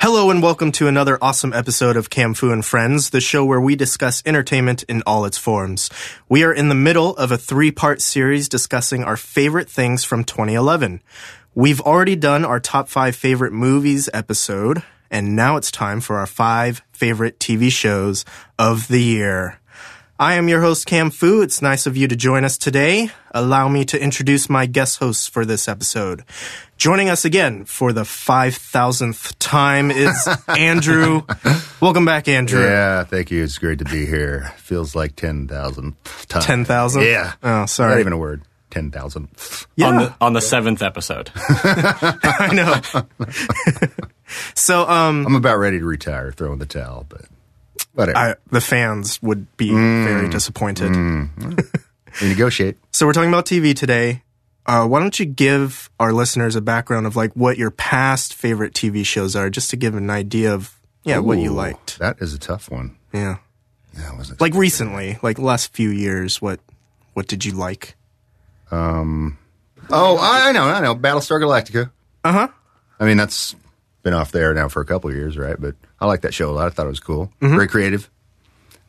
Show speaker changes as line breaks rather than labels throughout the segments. Hello and welcome to another awesome episode of Cam Fu and Friends, the show where we discuss entertainment in all its forms. We are in the middle of a three-part series discussing our favorite things from 2011. We've already done our top five favorite movies episode, and now it's time for our five favorite TV shows of the year. I am your host, Cam Fu. It's nice of you to join us today. Allow me to introduce my guest hosts for this episode. Joining us again for the 5,000th time is Andrew. Welcome back, Andrew.
Yeah, thank you. It's great to be here. Feels like 10,000 times.
10,000?
Yeah.
Oh, sorry.
Not even a word. 10,000.
Yeah.
on the on the seventh episode.
I know. so, um,
I'm about ready to retire, throw in the towel, but whatever.
I, the fans would be
Mm.
very disappointed.
we negotiate.
So we're talking about TV today. Uh, why don't you give our listeners a background of like what your past favorite TV shows are, just to give an idea of yeah what you
Ooh,
liked.
That is a tough one.
Yeah,
Yeah, wasn't
like recently, like last few years, what what did you like?
Oh, I, I know, I know. Battlestar Galactica.
Uh huh.
I mean, that's been off the air now for a couple of years, right? But I like that show a lot. I thought it was cool.
Mm-hmm.
Very creative.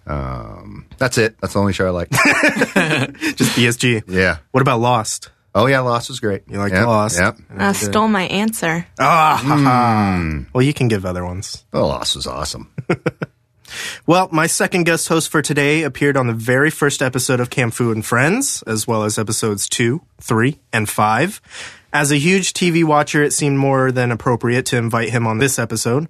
Um, that's it. That's the only show I like.
Just BSG.
yeah.
What about Lost?
Oh yeah, Lost was great.
You liked
Yep,
Lost?
Yep.
Uh, stole my answer.
Ah, ha, ha. well, you can give other ones.
Oh, Lost was awesome.
Well, my second guest host for today appeared on the very first episode of Camp Fu and Friends, as well as episodes two, three, and five. As a huge TV watcher, it seemed more than appropriate to invite him on this episode.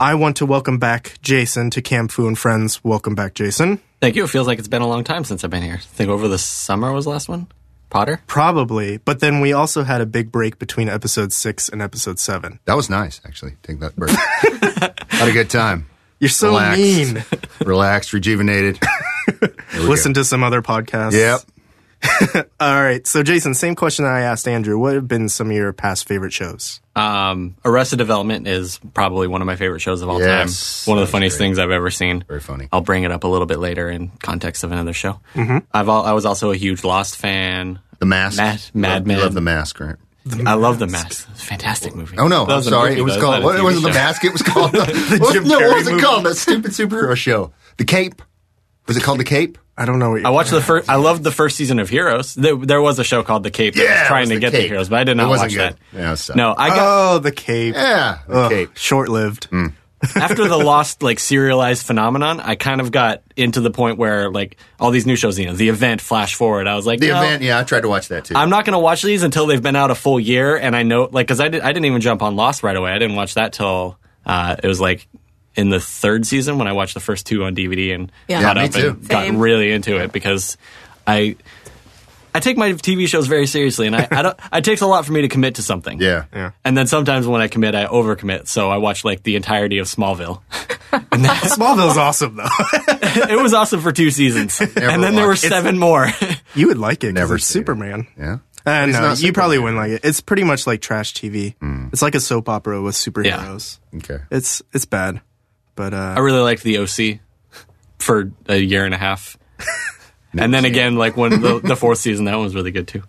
I want to welcome back Jason to Camp Fu and Friends. Welcome back, Jason.
Thank you. It feels like it's been a long time since I've been here. I think over the summer was the last one. Potter.
Probably, but then we also had a big break between episode six and episode seven.
That was nice, actually. Take that break. Had a good time.
You're so
Relaxed.
mean.
Relaxed, rejuvenated.
Listen to some other podcasts.
Yep.
All right. So, Jason, same question that I asked Andrew. What have been some of your past favorite shows?
Um, Arrested Development is probably one of my favorite shows of all
Yes.
time. One of
That was
the funniest
great.
things I've ever seen.
Very funny.
I'll bring it up a little bit later in context of another show. Mm-hmm. I've al- I was also a huge Lost fan.
The mask.
Ma- Mad
Love-
Men.
Love the mask, right?
I love the mask. It's a fantastic movie.
Oh no!
That
I'm
was a
sorry.
movie,
it was
though.
called.
It's not
What,
a
it
TV
wasn't the
show.
mask. It was called. The,
Jim
no,
Carrey
what was it
movie.
called? That stupid superhero show. The Cape. Was it called The Cape?
I don't know what you're
I watched the first. I loved the first season of Heroes. There, there was a show called The Cape. that
Yeah,
was
it
trying
was
to
The
get the
Cape.
heroes, but I did
It
not
wasn't
watch
good.
that.
Yeah, it sucked.
no, I got
Oh, the cape.
Yeah, The Cape. Mm.
Short lived.
after the lost like serialized phenomenon, I kind of got into the point where like all these new shows, you know, the event flash forward. I was like,
The
no,
event. Yeah, I tried to watch that too.
I'm not going to watch these until they've been out a full year, and I know like because I did I didn't even jump on Lost right away. I didn't watch that till uh, it was like in the third season when I watched the first two on DVD and
Yeah.
caught
Yeah,
me
up
too.
and got
Same.
really into it because I. I take my TV shows very seriously, and I, I don't. It takes a lot for me to commit to something.
yeah.
Yeah.
And then sometimes when I commit, I overcommit. So I watch like the entirety of Smallville. and that,
Smallville's awesome, though.
it was awesome for two seasons. and then there were
watched it.
seven more.
you would like it. 'cause
Never
it's
seen it.
Superman.
Yeah.
Uh,
He's
no, you
not
probably
Superman. Mm.
wouldn't like it. It's pretty much like trash TV. It's like a soap opera with superheroes.
Okay.
It's it's bad, but
I
uh,
really liked the OC for a year and a half. and then again, like when the, the fourth season, that one was really good too.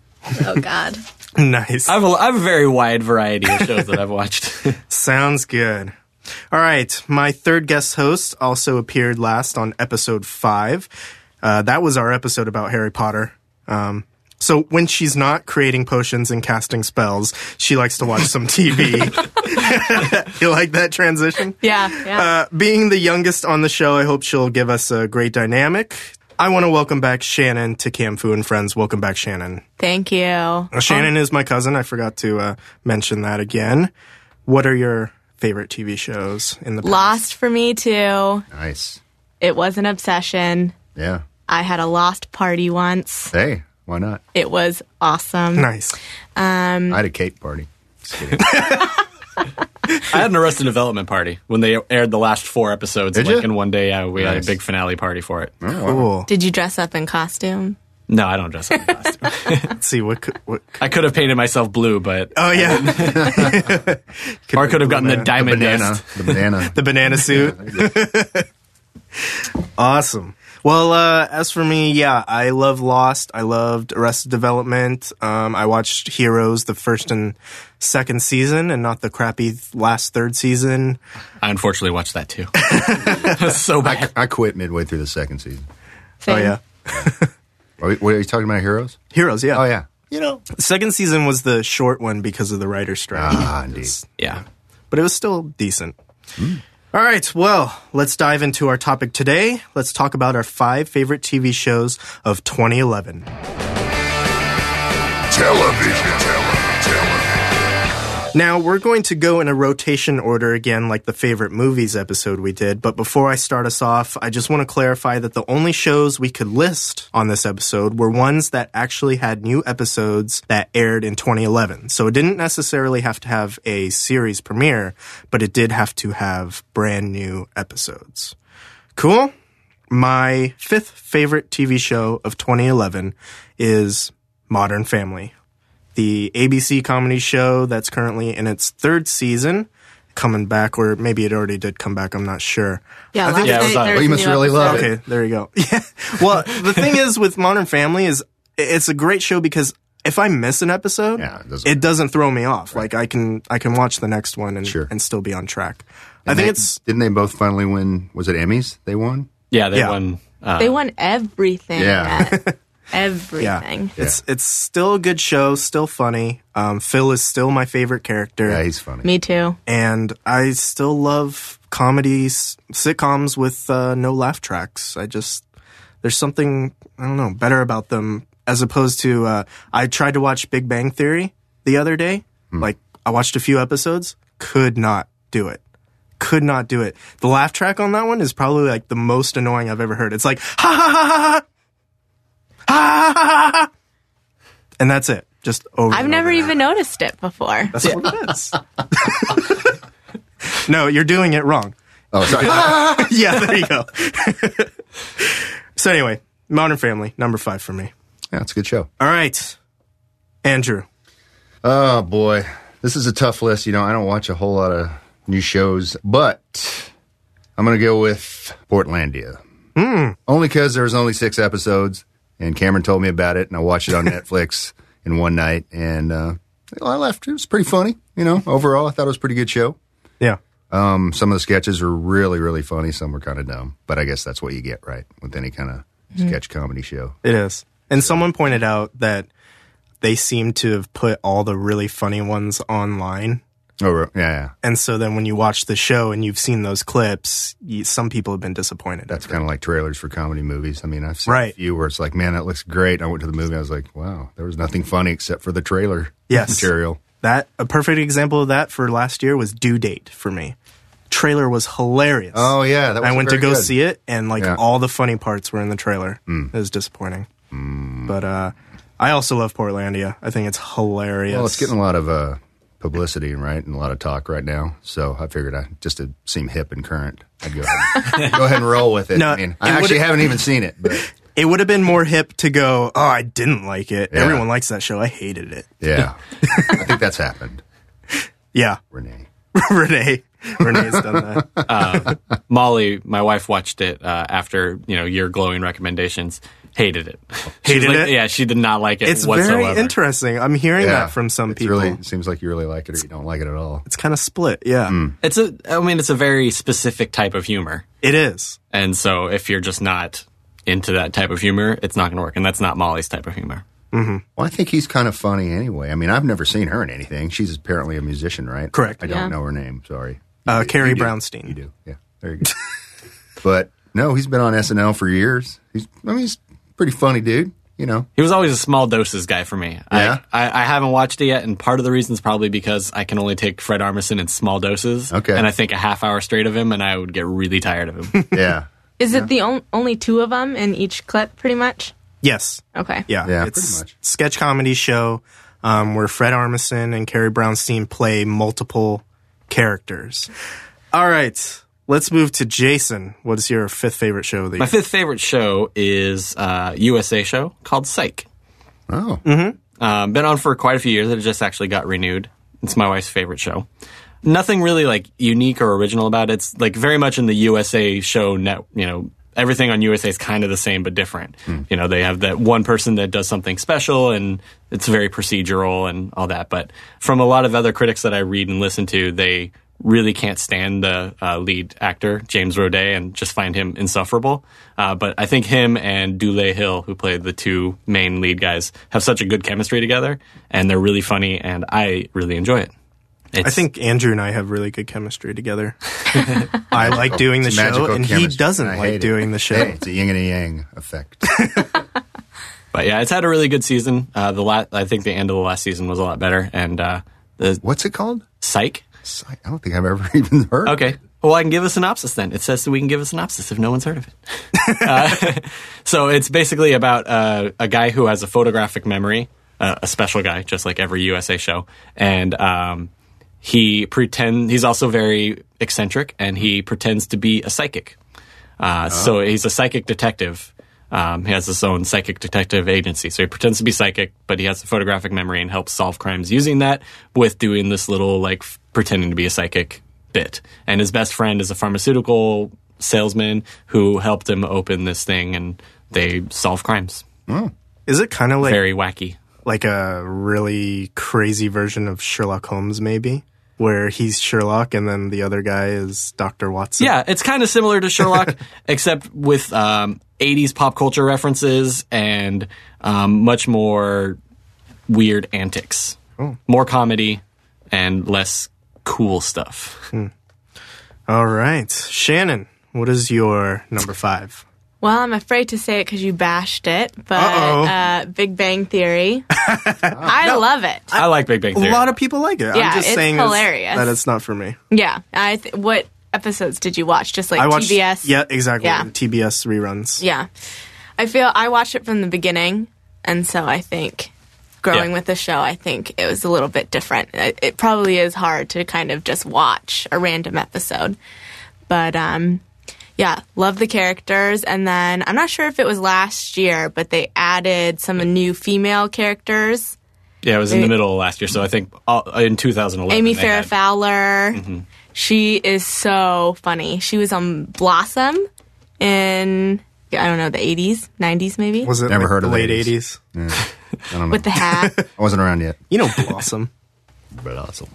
Oh God.
nice.
I have, a, I have a very wide variety of shows that I've watched.
Sounds good. All right. My third guest host also appeared last on episode five. Uh, that was our episode about Harry Potter. Um, so when she's not creating potions and casting spells, she likes to watch some TV. you like that transition?
Yeah. Yeah.
Uh, being the youngest on the show, I hope she'll give us a great dynamic. I want to welcome back Shannon to Camfu and Friends. Welcome back, Shannon.
Thank you.
Uh, Shannon is my cousin. I forgot to uh, mention that again. What are your favorite TV shows in the past?
Lost for me too.
Nice.
It was an obsession.
Yeah.
I had a lost party once.
Hey, why not?
It was awesome.
Nice.
I had a Cape party. Just kidding.
I had an Arrested Development party when they aired the last four episodes.
Did
like
ya?
in one day, uh, we had
Nice.
a big finale party for it.
Oh,
Cool.
Did you dress up in costume?
No, I don't dress up in costume.
Let's see what. Could, what could,
I could have painted myf blue, but
oh yeah,
or I could have gotten the diamond
banana.
dust.
The banana.
the banana suit. awesome. Well, uh, as for me, yeah, I love Lost. I loved Arrested Development. Um, I watched Heroes, the first and second season, and not the crappy last third season.
I unfortunately watched that too. so bad.
I quit midway through the second season.
Oh yeah,
Are we, what are you talking about, Heroes?
Heroes. Yeah.
Oh yeah,
You know, second season was the short one because of the writer's strike.
ah, indeed.
Yeah.
but it was still decent. All right, well, let's dive into our topic today. Let's talk about our five favorite TV shows of 2011.
television, television.
Now, we're going to go in a rotation order again, like the favorite movies episode we did. But before I start us off, I just want to clarify that the only shows we could list on this episode were ones that actually had new episodes that aired in 2011. So it didn't necessarily have to have a series premiere, but it did have to have brand new episodes. Cool? My fifth favorite TV show of 2011 is Modern Family the ABC comedy show that's currently in its third season, coming back, or maybe it already did come back. I'm not sure.
Yeah,
I think
yeah, it
last
was
night
on.
there
Well, uh, you
was a
must
new
really
episode.
love it.
Okay, there you go. Yeah. Well, the thing is with Modern Family is i- it's a great show because if I miss an episode,
Yeah, it doesn't-
it doesn't throw me off. Like I can I can watch the next one and
Sure.
and still be on track. I think
They-
it's
didn't they both finally win? Was it Emmys? They won.
Yeah, they
Yeah.
won. Uh,
They won everything.
Yeah.
Matt.
yeah,
everything.
it's it's still a good show, still funny. Um, Phil is still my favorite character.
Yeah, he's funny.
Me too.
and I still love comedies, sitcoms with uh, no laugh tracks. I just there's something I don't know better about them as opposed to uh, I tried to watch Big Bang Theory the other day. Like I watched a few episodes, could not do it. Could not do it. The laugh track on that one is probably like the most annoying I've ever heard. It's like ha ha ha ha ha ha ha ha, ha, and that's it. Just over.
I've
and over
never
and
even noticed it before.
that's what it is. no, you're doing it wrong.
Oh, sorry.
Yeah, there you go. so anyway, Modern Family, number five for me.
yeah, it's a good show.
All right, Andrew.
Oh boy, this is a tough list. You know, I don't watch a whole lot of new shows, but I'm going to go with Portlandia.
Hmm.
Only because there was only six episodes, and Cameron told me about it, and I watched it on Netflix in one night, and uh, well, I left. It was pretty funny. You know, overall, I thought it was a pretty good show.
Yeah,
Um, some of the sketches were really, really funny. Some were kind of dumb, but I guess that's what you get right with any kind of sketch comedy show.
it is. And someone pointed out that they seem to have put all the really funny ones online.
Oh, re- yeah, yeah.
And so then when you watch the show and you've seen those clips, you, some people have been disappointed.
That's kind of like trailers for comedy movies. I mean, I've seen a
Right.
few where it's like, man, that looks great. I went to the movie. I was like, wow, there was nothing funny except for the trailer
Yes.
material.
That a perfect example of that for last year was Due Date for me. Trailer was hilarious.
Oh, yeah. That was
I went to
very
go
good.
see it, and like
Yeah. Mm.
all the funny parts were in the trailer. It was disappointing, but uh, I also love Portlandia. I think it's hilarious.
Well, it's getting a lot of uh, publicity, right? And a lot of talk right now. So I figured I just to seem hip and current, I'd go ahead, go ahead and roll with it.
No,
I mean, I
it would-
actually haven't even seen it, but
it would have been more hip to go. Oh, I didn't like it.
Yeah.
Everyone likes that show. I hated it.
yeah, I think that's happened,
Yeah,
Renee.
Renee. Renee's done that.
Molly, my wife, watched it uh, after you know your glowing recommendations. Hated it. She's
Hated
like-
it?
Yeah, she did not like it
It's
whatsoever.
very interesting. I'm hearing that from some
It's
people.
Really, it seems like you really like it or you don't like it at all.
it's kind of split. Yeah,
Mm.
It's a. I mean, it's a very specific type of humor,
it is.
and so if you're just not into that type of humor, it's not going to work. And that's not Molly's type of humor.
Well, I think he's kind of funny anyway. I mean, I've never seen her in anything. She's apparently a musician, right?
Correct.
I don't
Yeah.
know her name. Sorry.
Uh,
You do-
Carrie
you do.
Brownstein.
You do. Yeah. There you go. but no, he's been on SNL for years. He's, I mean, he's a pretty funny dude. You know.
He was always a small doses guy for me.
Yeah?
I, I, I haven't watched it yet, and part of the reason is probably because I can only take Fred Armisen in small doses.
Okay.
And I think a half hour straight of him, and I would get really tired of him.
Yeah.
Is it the on- only two of them in each clip, pretty much?
Yes.
Okay.
Yeah,
Yeah,
it's
pretty much.
sketch comedy show um, where Fred Armisen and Carrie Brownstein play multiple characters. All right, let's move to Jason. What is your fifth favorite show? That
My
you-
fifth favorite show is uh, USA show called Psych.
Oh.
Um, been on for quite a few years. It just actually got renewed. It's my wife's favorite show. Nothing really like unique or original about it. It's like very much in the USA show net, you know, everything on USA is kind of the same but different.
Hmm.
You know, they have that one person that does something special and it's very procedural and all that. But from a lot of other critics that I read and listen to, they really can't stand the uh, lead actor James Roday and just find him insufferable. Uh, but I think him and Dule Hill, who played the two main lead guys, have such a good chemistry together, and they're really funny, and I really enjoy it. It's,
I think Andrew and I have really good chemistry together. I like doing the
Oh, It's
show,
magical
and he
chemistry.
doesn't
I hate
like
it.
doing the show.
Hey, it's a yin and a yang effect.
but yeah, it's had a really good season. Uh, the la- I think the end of the last season was a lot better, and uh, the
What's it called?
Psych.
Psy- I don't think I've ever even heard. of it.
Okay. Well, I can give a synopsis then. It says that we can give a synopsis if no one's heard of it. Uh, so it's basically about uh, a guy who has a photographic memory, uh, a special guy, just like every USA show, and um, he pretend he's also very eccentric, and he pretends to be a psychic. Uh, So he's a psychic detective. Um, he has his own psychic detective agency. So he pretends to be psychic, but he has a photographic memory and helps solve crimes using that with doing this little, like, f- pretending to be a psychic bit. And his best friend is a pharmaceutical salesman who helped him open this thing and they solve crimes.
Is it kind of like
Very wacky.
like a really crazy version of Sherlock Holmes, maybe, where he's Sherlock and then the other guy is Doctor Watson?
Yeah, it's kind of similar to Sherlock, except with um, 80s pop culture references and um, much more weird antics. More comedy and less cool stuff.
All right, Shannon, what is your number five?
Well, I'm afraid to say it because you bashed it, but
Uh-oh.
uh, Big Bang Theory. I love it.
I like Big Bang
A
Theory.
lot of people like it.
Yeah,
I'm just
it's
saying it's-
hilarious.
that it's not for me.
Yeah. I th- what episodes did you watch? Just like
I watched
TBS.
Yeah, exactly.
Yeah.
TBS reruns.
Yeah. I feel I watched it from the beginning, and so I think growing
Yeah.
with the show, I think it was a little bit different. It, it probably is hard to kind of just watch a random episode, but um, yeah, love the characters. And then I'm not sure if it was last year, but they added some new female characters:
yeah, it was in the middle of last year, so I think all, in 2011.
Amy
they
Farrah
had-
Fowler. She is so funny. She was on Blossom in I don't know the 80s, 90s maybe
Was it
Never
like
heard
the
of
late
those.
80s?
I don't know.
with the hat.
I wasn't around yet.
You know Blossom.
But awesome.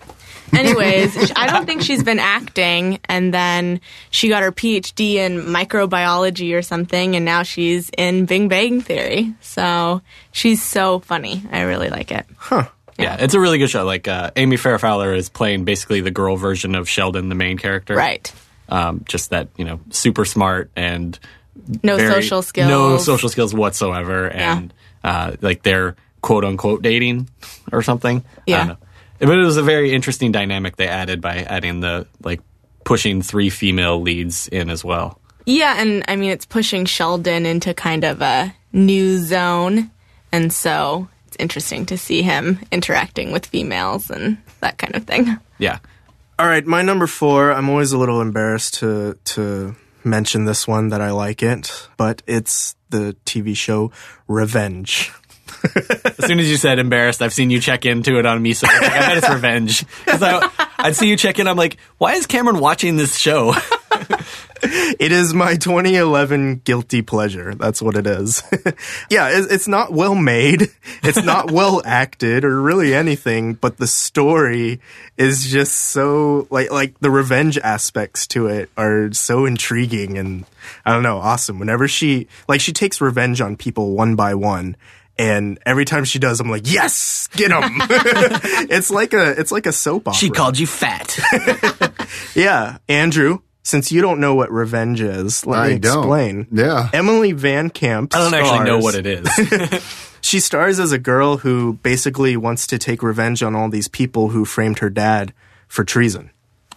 Anyways, sh- I don't think she's been acting, and then she got her PhD in microbiology or something, and now she's in Big Bang Theory. So she's so funny. I really like it.
Yeah, it's a really good show. Like, uh, Amy Farrah Fowler is playing basically the girl version of Sheldon, the main character.
Right.
Um, just that, you know, super smart and
No
very-
social skills.
No social skills whatsoever. And uh, like they're quote unquote dating or something. I
Yeah.
don't know. But it was a very interesting dynamic they added by adding the like pushing three female leads in as well.
Yeah, and I mean, it's pushing Sheldon into kind of a new zone, and so it's interesting to see him interacting with females and that kind of thing.
Yeah.
All right, my number four. I'm always a little embarrassed to to mention this one that I like it, but it's the TV show Revenge.
As soon as you said embarrassed, I've seen you check into it on me. So I, was like, I bet it's revenge. 'Cause I, I'd see you check in. I'm like, why is Cameron watching this show?
It is my 2011 guilty pleasure. That's what it is. yeah, it's, it's not well made. It's not well acted or really anything, but the story is just so like like the revenge aspects to it are so intriguing and I don't know, awesome. Whenever she like she takes revenge on people one by one. And every time she does, I'm like, "Yes, get him!" it's like a it's like a soap opera.
she called you fat.
Yeah, Andrew, since you don't know what revenge is, let me
I don't.
explain.
Yeah.
Emily Van Camp.
I don't actually know what it is.
She stars as a girl who basically wants to take revenge on all these people who framed her dad for treason.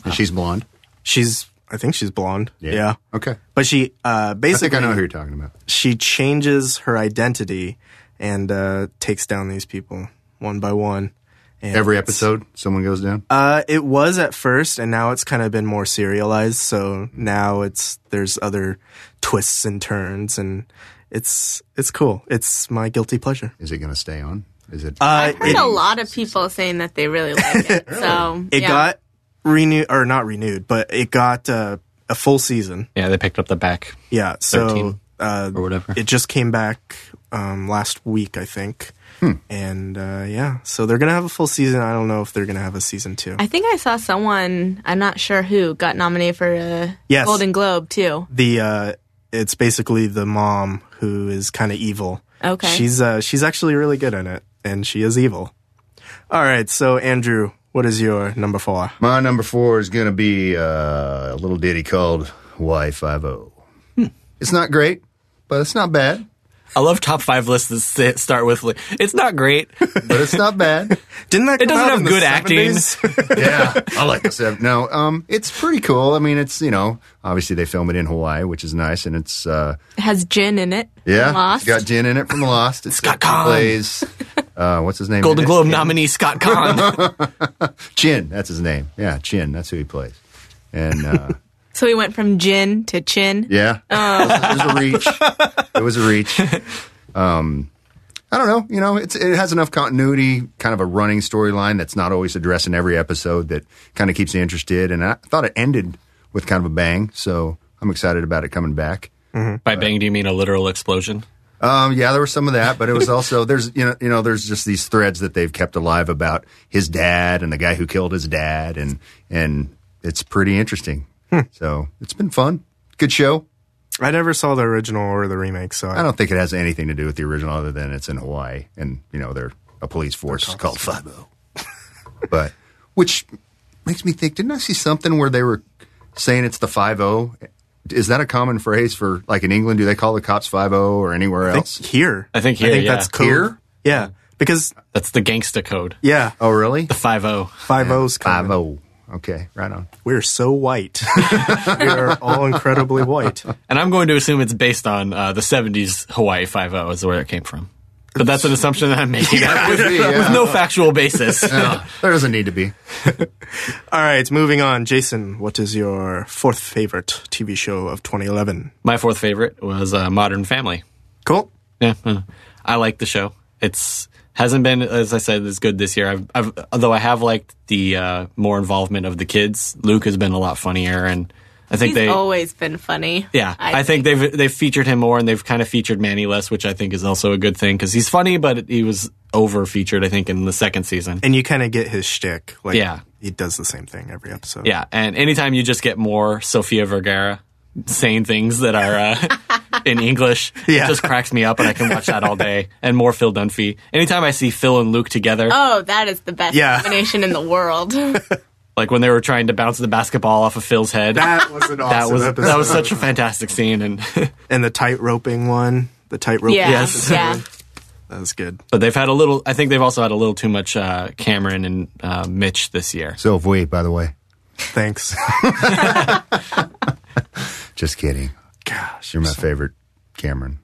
And she's blonde.
She's, I think she's blonde. Uh, Yeah.
Okay.
But she uh,
I think
basically
I know who you're talking about.
she changes her identity and uh, takes down these people one by one. And
Every episode, someone goes down.
Uh, it was at first, and now it's kind of been more serialized. So now it's there's other twists and turns, and it's it's cool. It's my guilty pleasure.
Is it going to stay on? Is it?
Uh,
I've heard a lot of people saying that they really like it. So
it
yeah.
got renewed or not renewed, but it got uh, a full season.
Yeah, they picked up the back
Yeah, so
13
uh,
or whatever.
it just came back um, last week, I think.
Hmm.
And uh, yeah, so they're gonna have a full season. I don't know if they're gonna have a season two.
I think I saw someone, I'm not sure who, got nominated for a
Yes.
Golden Globe too.
the uh, it's basically the mom who is kind of evil.
Okay.
she's uh, she's actually really good in it, and she is evil. All right, so Andrew, what is your number four?
My number four is going to be uh, a little ditty called Y50. It's not great, but it's not bad.
I love top five lists that sit- start with like, it's not great.
But it's not bad.
Didn't that
It
come
doesn't
out
have
in the
good acting.
70s?
yeah, I like this. Uh, No, um, it's pretty cool. I mean, it's you know, obviously they film it in Hawaii, which is nice, and it's uh,
It has gin in it.
yeah,
Lost.
it's got Jin in it from Lost. It's
Scott
he
Kahn.
plays. Uh, what's his name? in
Golden
it?
Globe nominee Scott Kahn.
Chin. That's his name. Yeah, Chin. That's who he plays. And uh,
so we went from gin to chin.
yeah, it was a reach. It was a reach. Um, I don't know. You know, it's it has enough continuity, kind of a running storyline that's not always addressed in every episode that kind of keeps you interested. And I thought it ended with kind of a bang, so I'm excited about it coming back.
By bang, do you mean a literal explosion?
Um, yeah, there was some of that, but it was also there's you know you know there's just these threads that they've kept alive about his dad and the guy who killed his dad, and and it's pretty interesting. So it's been fun, good show.
I never saw the original or the remake, so
I
I,
don't think it has anything to do with the original other than it's in Hawaii, and you know they're a police force called Fibo, but which makes me think, didn't I see something where they were saying it's the Five O? Is that a common phrase for like in England? Do they call the cops Five O or anywhere
think
else?
here.
I think here,
I think
yeah.
that's code.
Here?
Yeah, because
That's the gangsta code.
yeah,
Oh, really?
The five zero.
five oh. O's.
Five
Coming.
O. Okay, right on.
We're so white. we are all incredibly white.
And I'm going to assume it's based on uh, the 70s Hawaii 5 is where it came from. But that's an assumption that I'm making up with,
be, yeah.
with no factual basis.
There doesn't need to be.
All right, moving on. Jason, what is your fourth favorite TV show of 2011?
My fourth favorite was uh, Modern Family.
Cool.
Yeah, uh, I like the show. It's hasn't been as I said as good this year. I've, I've although I have liked the uh, more involvement of the kids. Luke has been a lot funnier, and I think
He's
they
always been funny.
Yeah, I, think, they've they've featured him more, and they've kind of featured Manny less, which I think is also a good thing because he's funny, but he was over featured, I think, in the second season.
And you kind of get his shtick. Like,
Yeah.
He does the same thing every episode.
Yeah, and anytime you just get more Sofia Vergara saying things that are uh, in English,
Yeah.
it just cracks me up, and I can watch that all day. And more Phil Dunphy. Anytime I see Phil and Luke together,
Oh, that is the best
Yeah.
combination in the world.
like when they were trying to bounce the basketball off of Phil's head, that,
That was an awesome
was
episode.
that was such a fantastic scene. And
and the tight roping one. The tight roping.
Yeah,
Yes.
yeah.
That was good.
but they've had a little. I think they've also had a little too much uh, Cameron and uh, Mitch this year.
So have we, by the way.
Thanks.
Just kidding.
Gosh.
You're my favorite Cameron,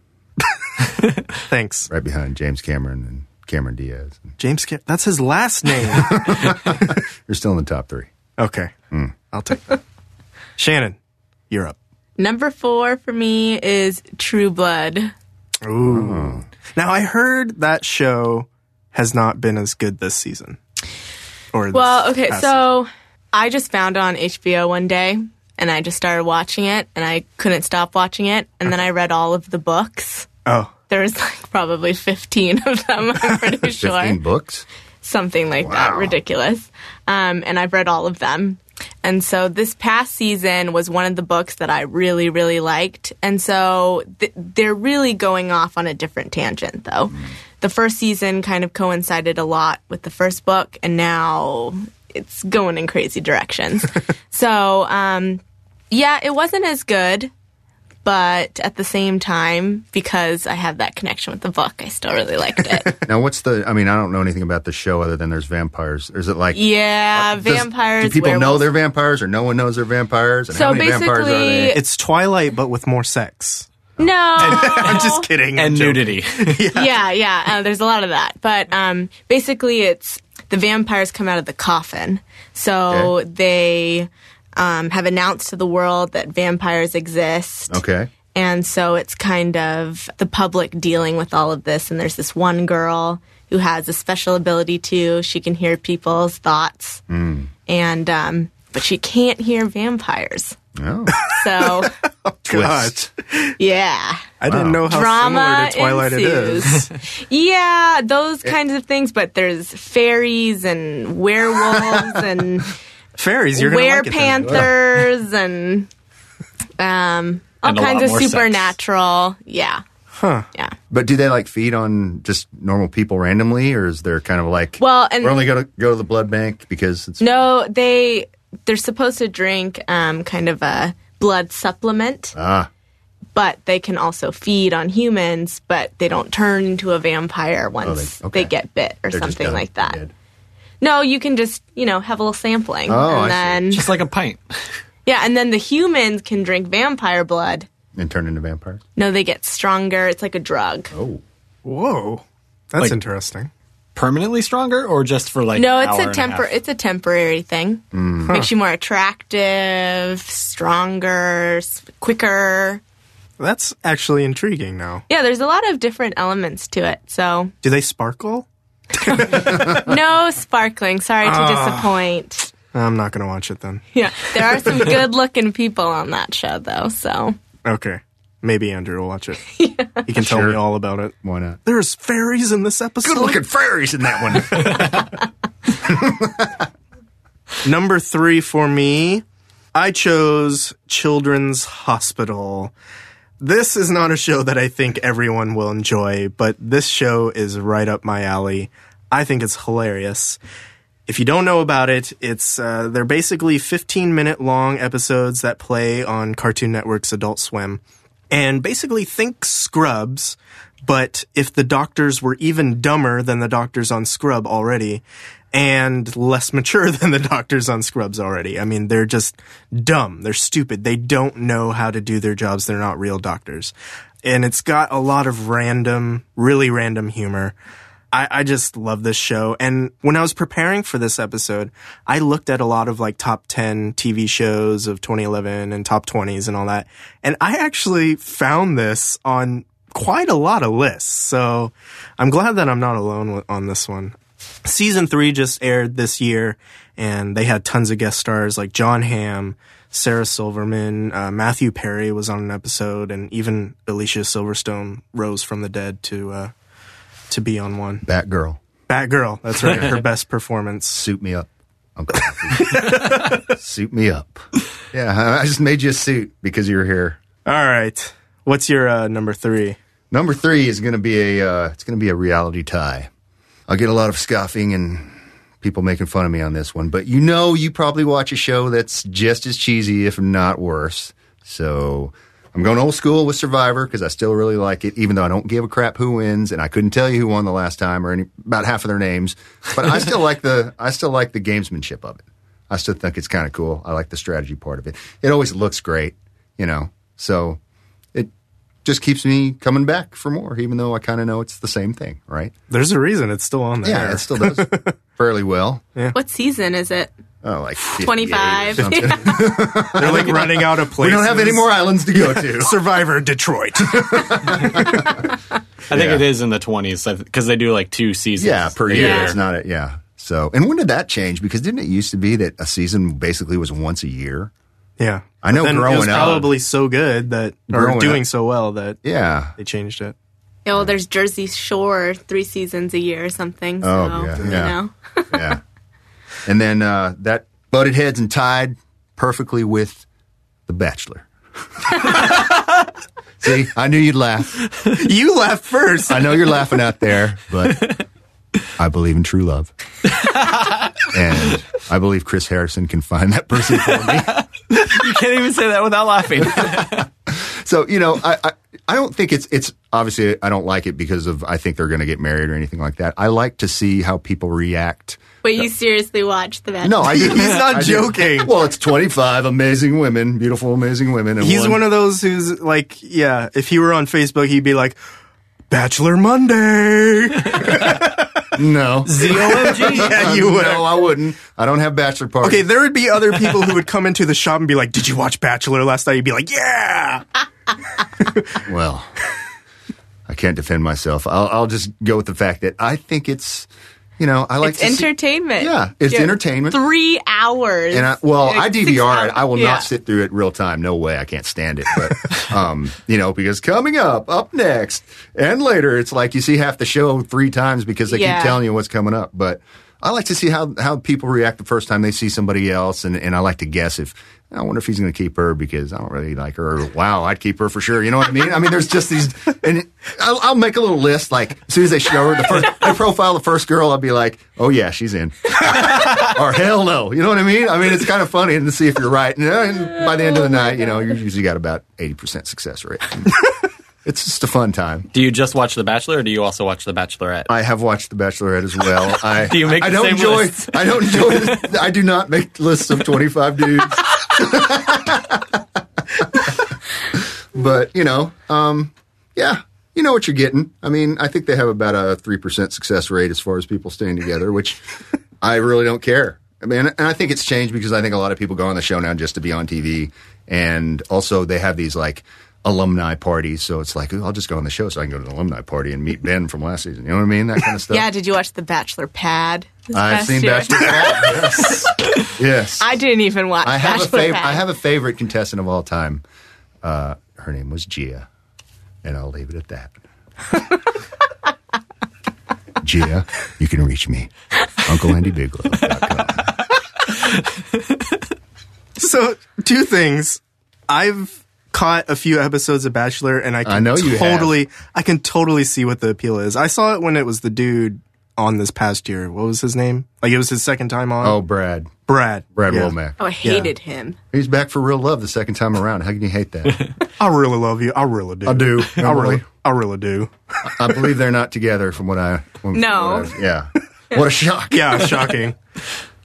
Thanks.
right behind James Cameron and Cameron Diaz.
James, Cam- that's his last name.
You're still in the top three.
okay. I'll take that. Shannon, you're up.
Number four for me is True Blood.
Ooh. Oh. Now, I heard that show has not been as good this season. Or this
Well, okay,
past
so I just found it on HBO one day and I just started watching it and I couldn't stop watching it. And then I read all of the books.
Oh,
There was like probably 15 of them, I'm pretty sure.
Fifteen books.
Something like that. Ridiculous. Um, and I've read all of them. And so this past season was one of the books that I really, really liked. And so th- they're really going off on a different tangent, though. The first season kind of coincided a lot with the first book, and now it's going in crazy directions. so, um, yeah, it wasn't as good. But at the same time, because I have that connection with the book, I still really liked it.
Now, what's the? I mean, I don't know anything about the show other than there's vampires. Is it like
yeah,
Uh, does-
vampires.
Do people know
werewolves.
they're vampires, or no one knows they're vampires? And
So
how many vampires are
basically-
they?
it's Twilight, but with more sex.
No,
I'm just kidding. I'm
And
joking.
nudity.
yeah, yeah. Uh, there's a lot of that, but um, basically, it's the vampires come out of the coffin. So they um, have announced to the world that vampires exist,
Okay.
and so it's kind of the public dealing with all of this. And there's this one girl who has a special ability too; she can hear
Hmm.
people's thoughts, and um, but she can't hear vampires.
Oh,
So,
Twist.
yeah.
I didn't know how
Drama
similar to Twilight
ensues.
it is.
Yeah, those kinds of things, but there's fairies and werewolves and
Fairies, you're gonna
were
like it then.
panthers and um, all
And a lot
kinds of
more sex.
supernatural. Yeah. Huh. Yeah.
But do they like feed on just normal people randomly, or is there kind of like
Well, and-
we're only going to go to the blood bank because it's
No, they they're supposed to drink um, kind of a blood supplement,
ah
but they can also feed on humans, but they don't turn into a vampire once they,
okay.
get bit or
they're just
something
done.
like
They're
that.
dead.
No, you can just you know have a little sampling,
Oh,
and
I see.
then
Just like a pint.
yeah, and then the humans can drink vampire blood.
and turn into vampires.
No, they get stronger. It's like a drug.
Oh,
Whoa. That's
Like-
interesting.
Permanently stronger or just for like
No,
an
it's
hour and
a temper.
half?
It's a temporary thing.
Hmm.
Makes you more attractive, stronger, s- quicker.
That's actually intriguing now.
Yeah, there's a lot of different elements to it. So
Do they sparkle?
no sparkling. Sorry to
Ah.
disappoint.
I'm not gonna watch it then.
Yeah, there are some good-looking people on that show, though. So
Okay. Maybe Andrew will watch it. He can tell me all about it.
why not?
There's fairies in this episode.
Good looking fairies in that one.
Number three for me, I chose Children's Hospital. This is not a show that I think everyone will enjoy, but this show is right up my alley. I think it's hilarious. If you don't know about it, it's uh, they're basically 15 minute long episodes that play on Cartoon Network's Adult Swim, and basically think Scrubs, but if the doctors were even dumber than the doctors on Scrub already, and less mature than the doctors on Scrubs already. I mean, they're just dumb. They're stupid. They don't know how to do their jobs. They're not real doctors. And it's got a lot of random, really random humor. I, I just love this show. And when I was preparing for this episode, I looked at a lot of like top 10 TV shows of 2011 and top 20s and all that. And I actually found this on quite a lot of lists. So I'm glad that I'm not alone with, on this one. Season three just aired this year, and they had tons of guest stars like John Hamm, Sarah Silverman, uh, Matthew Perry was on an episode, and even Alicia Silverstone rose from the dead to uh, to be on one.
Batgirl,
Batgirl, that's right, her best performance.
suit me up. I'm confused. suit me up. Yeah, I- I just made you a suit because you were here.
All right, what's your uh, number three?
Number three is going to be a uh, it's going to be a reality tie. I'll get a lot of scoffing and people making fun of me on this one, but you know you probably watch a show that's just as cheesy, if not worse. So I'm going old school with Survivor because I still really like it, even though I don't give a crap who wins, and I couldn't tell you who won the last time or any, about half of their names. But I still like the I still like the gamesmanship of it. I still think it's kind of cool. I like the strategy part of it. It always looks great, you know. So it just keeps me coming back for more, even though I kind of know it's the same thing, right?
There's a reason it's still on there.
Yeah, it still does fairly well.
what season is it?
Oh, like 58 or
25.
something.
They're like running out of
we
places.
don't have any more islands to go to.
Survivor Detroit.
I think
Yeah.
it is in the 20s because they do like two seasons.
yeah, per
a
year.
Yeah.
It's not a, yeah. So, and when did that change? Because didn't it used to be that a season basically was once a year?
yeah,
I know
Then it was
growing up-
probably so good that or
Growing
doing
up-
so well that
Yeah.
they changed it.
Yeah, well, Oh, there's Jersey Shore three seasons a year or something. So,
Oh, yeah,
you
yeah.
know.
Yeah. and then uh, that butted heads and tied perfectly with The Bachelor. See, I knew you'd laugh.
You laughed first.
I know you're laughing out there, but I believe in true love. and I believe Chris Harrison can find that person for me.
You can't even say that without laughing.
So, you know, I, I I don't think it's it's obviously I don't like it because of I think they're going to get married or anything like that. I like to see how people react.
But you seriously watch The Bachelor?
No, I do.
He's not
I do.
joking.
Well, it's 25 amazing women, beautiful amazing women and
He's one of those who's like, yeah, if he were on Facebook, he'd be like, Bachelor Monday.
No. Uh,
ZOMG.
yeah, you would.
No, I wouldn't. I don't have bachelor parties.
Okay, there would be other people who would come into the shop and be like, Did you watch Bachelor last night? You'd be like, Yeah.
Well, I can't defend myself. I'll, I'll just go with the fact that I think it's you know, I like
It's
to see-
entertainment.
Yeah, it's entertainment.
Three hours.
and I, well,
Like
I
six
DVR
hours.
it. I will
Yeah.
not sit through it real time. No way. I can't stand it. But um, you know, because coming up, up next, and later, it's like you see half the show three times because they
Yeah.
keep telling you what's coming up. But I like to see how how people react the first time they see somebody else, and and I like to guess if. I wonder if he's going to keep her because I don't really like her. Or, wow, I'd keep her for sure. You know what I mean? I mean, there's just these, and I'll, I'll make a little list. Like as soon as they show her the first, I profile the first girl. I'll be like, oh yeah, she's in or hell no. You know what I mean? I mean, it's kind of funny to see if you're right. And, uh, and by the end of the night, you know, you usually got about 80% success rate. it's just a fun time.
Do you just watch The Bachelor, or do you also watch The Bachelorette?
I have watched The Bachelorette as well. I,
Do you make
I
the
don't
same
enjoy.
list?
I don't enjoy. the- I do not make lists of 25 dudes. but you know, um, yeah, you know what you're getting. I mean, I think they have about a three percent success rate as far as people staying together, which I really don't care. I mean, and I think it's changed because I think a lot of people go on the show now just to be on TV, and also they have these like alumni parties. So it's like, "Ooh, I'll just go on the show so I can go to an alumni party and meet Ben from last season. You know what I mean? That kind of stuff.
Yeah, did you watch The Bachelor Pad? this
I've
past
seen
year?
Bachelor. yes. yes.
I didn't even watch
I have
Bachelor
a favorite.
Pad.
I have a favorite contestant of all time. Uh, her name was Gia, and I'll leave it at that. Gia, you can reach me, UncleAndyBiglow.com.
So, two things. I've caught a few episodes of Bachelor, and I can
I know you have.
totally, I can totally see what the appeal is. I saw it when it was the dude on this past year. What was his name? Like it was his second time on.
Oh, Brad,
Brad.
Brad
yeah.
Womack.
oh, I hated him.
He's back for real love the second time around. How can you hate that?
I really love you. I really do. I
do.
I really, I really do.
I believe they're not together. From what I from
No.
what I- yeah. What a shock.
Yeah, shocking.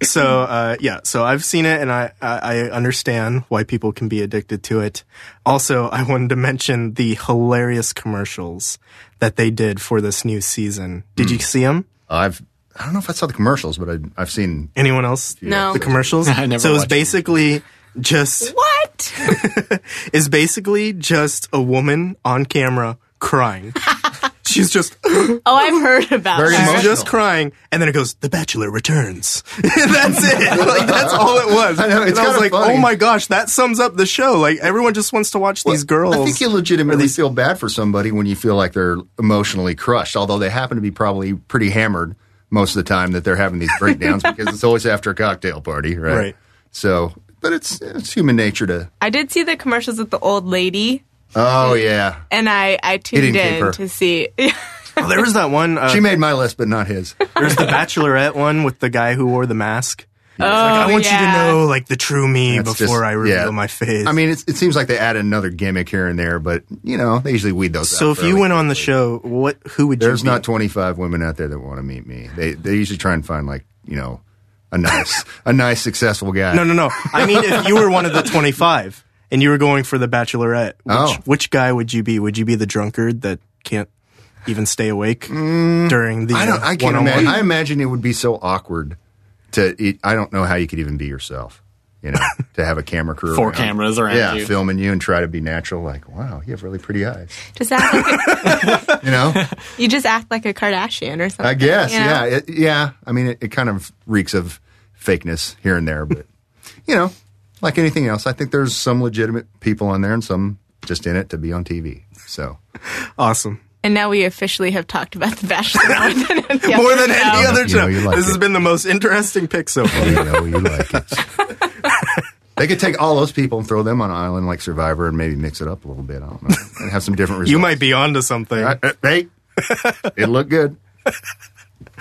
So uh, yeah, so I've seen it, and I, I I understand why people can be addicted to it. Also, I wanted to mention the hilarious commercials that they did for this new season. Did
Hmm.
you see them?
I've I don't know if I saw the commercials, but I, I've seen
Anyone else?
No.
The commercials.
I never
so it was
watched them.
basically just
What?
is basically just a woman on camera crying. She's just
Oh, I've heard about
Very
that.
she's
emotional.
just crying, and then it goes, "The Bachelor returns." that's it. Like, that's all it was.
I know, it's
and I was
kinda
like,
funny.
"Oh my gosh, that sums up the show." Like everyone just wants to watch these girls.
I think you legitimately feel bad for somebody when you feel like they're emotionally crushed, although they happen to be probably pretty hammered most of the time that they're having these breakdowns because it's always after a cocktail party, right?
Right.
So, but it's it's human nature to.
I did see the commercials with the old lady,
Oh yeah,
and I, I tuned
didn't keep her.
in to see.
Oh, there was that one. Uh,
she made my list, but not his.
there's the Bachelorette one with the guy who wore the mask. Oh, I want you to
yeah.
know like the true me
That's
before
just-
I reveal
yeah.
my face.
I mean, it's, it seems like they add another gimmick here and there, but you know they usually weed those.
so
out
if you
fairly
went on the
quickly.
show, what who would
there's
you? be?
not 25 women out there that want to meet me. They they usually try and find like you know a nice a nice successful guy.
No, no, no. I mean, if you were one of the 25 and you were going for the bachelorette, which,
Oh.
which guy would you be? Would you be the drunkard that can't even stay awake during the
I don't. I can't
one-on-one?
imagine. I imagine it would be so awkward to. It, I don't know how you could even be yourself. You know, to have a camera crew,
Four
around.
cameras around
yeah,
you.
filming you and try to be natural. Like, wow, you have really pretty eyes.
Just act like
You know,
a, you just act like a Kardashian or something.
I guess.
you know?
Yeah, it, yeah. I mean, it, it kind of reeks of fakeness here and there, but you know, like anything else, I think there's some legitimate people on there and some just in it to be on TV. So
Awesome.
And now we officially have talked about the Bachelor more than any
More than
show.
any other
You know
show.
you like
this has
it.
been the most interesting pick so far.
you know you like it. They could take all those people and throw them on an island like Survivor and maybe mix it up a little bit. I don't know. And have some different results.
You might be onto something.
I, I- hey, it looked good.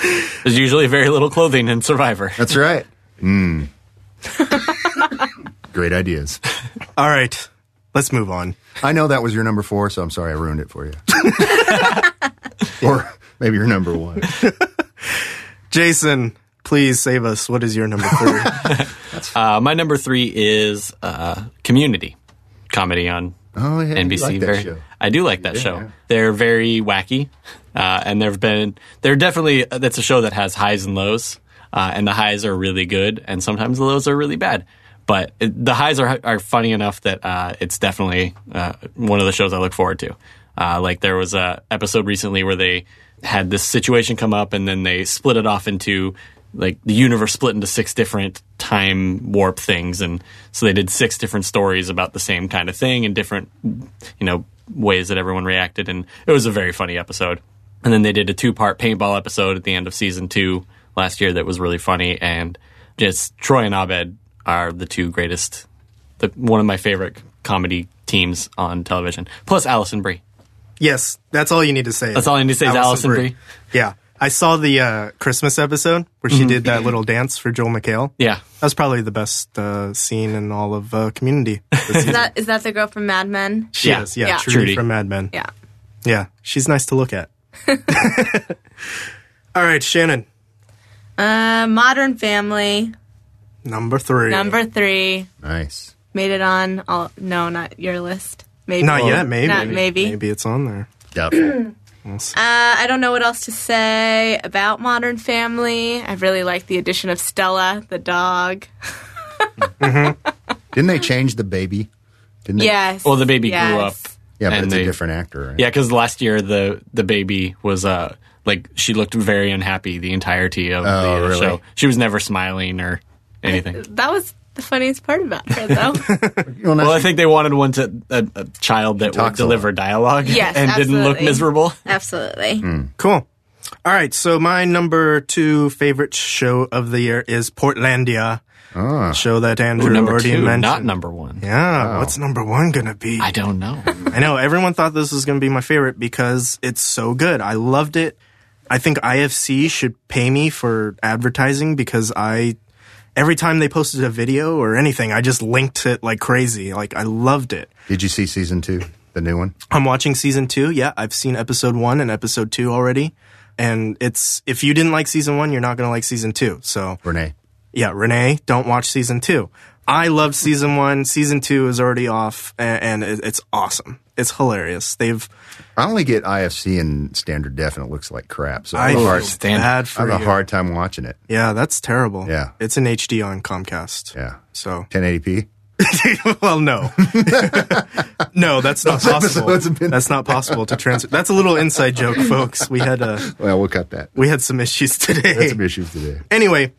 There's usually very little clothing in Survivor.
That's right. Mm. Great ideas.
All right, let's move on.
I know that was your number four, so I'm sorry I ruined it for you. or maybe your number one.
Jason, please save us. What is your number three?
Uh, my number three is uh, Community, comedy on
Oh, yeah, you
NBC.
like that
very,
show.
I do like that show.
yeah.
They're very wacky, uh, and there've been they're definitely uh, that's a show that has highs and lows, uh, and the highs are really good, and sometimes the lows are really bad. But it, the highs are are funny enough that uh, it's definitely uh, one of the shows I look forward to. Uh, like there was a episode recently where they had this situation come up, and then they split it off into like the universe split into six different time warp things, and so they did six different stories about the same kind of thing in different you know ways that everyone reacted, and it was a very funny episode. And then they did a two part paintball episode at the end of season two last year that was really funny, and just Troy and Abed are the two greatest the, one of my favorite comedy teams on television. Plus Allison Brie.
Yes, that's all you need to say.
That's all I need to say is Allison Brie.
Yeah. I saw the uh, Christmas episode where
Mm-hmm.
she did that little dance for Joel McHale.
Yeah.
That was probably the best uh, scene in all of uh, Community. this season.
Is that, is that the girl from Mad Men?
she
Yeah.
is, yeah,
Yeah.
Trudy,
Trudy.
from Mad Men.
Yeah.
Yeah, she's nice to look at. all right, Shannon,
Uh, Modern Family,
number three.
number three.
Nice.
Made it on all. No, not your list. Maybe.
Not
Uh,
yet, maybe.
Not maybe. Uh,
Maybe it's on there.
Doubtful.
I don't know what else to say about Modern Family. I really like the addition of Stella, the dog.
Didn't they change the baby? Didn't they?
Yes.
Well, the baby
yes.
grew up.
Yeah, but
And
it's a
they-
different actor, right?
Yeah, because last year the the baby was uh like she looked very unhappy the entirety of
Oh,
the uh,
really?
show. She was never smiling or anything.
That was the funniest part about her, though.
Well,
Well, I
that's-
think they wanted one to a, a child that would
Talks a
deliver dialogue
Yes,
and didn't look
absolutely.
miserable.
Absolutely.
Cool. All right, so my number two favorite show of the year is Portlandia,
Ah.
show that Andrew
Number
already
two,
mentioned.
not number one.
yeah, what's number one gonna be?
I don't know.
I know everyone thought this was going to be my favorite because it's so good. I loved it. I think IFC should pay me for advertising because I every time they posted a video or anything, I just linked it like crazy. Like I loved it.
Did you see season two, the new one?
I'm watching season 2. Yeah, I've seen episode 1 and episode 2 already. And it's if you didn't like season 1, you're not going to like season 2. So,
Renee.
yeah, Renee, don't watch season two. I loved season one. Season two is already off, and, and it- it's awesome. It's hilarious. They've
I only get IFC and standard def, and it looks like crap. So I
I
have a
feel
hard,
stand-
bad
I
for
have a
you.
hard time watching it.
yeah, that's terrible.
Yeah.
it's an HD on Comcast.
Yeah.
So,
1080p.
well, no, no, that's not possible.
episodes have been-
That's not possible to transfer. That's a little inside joke, folks. We had a
Well, we'll cut that.
we had some issues today.
That's some issues today.
anyway,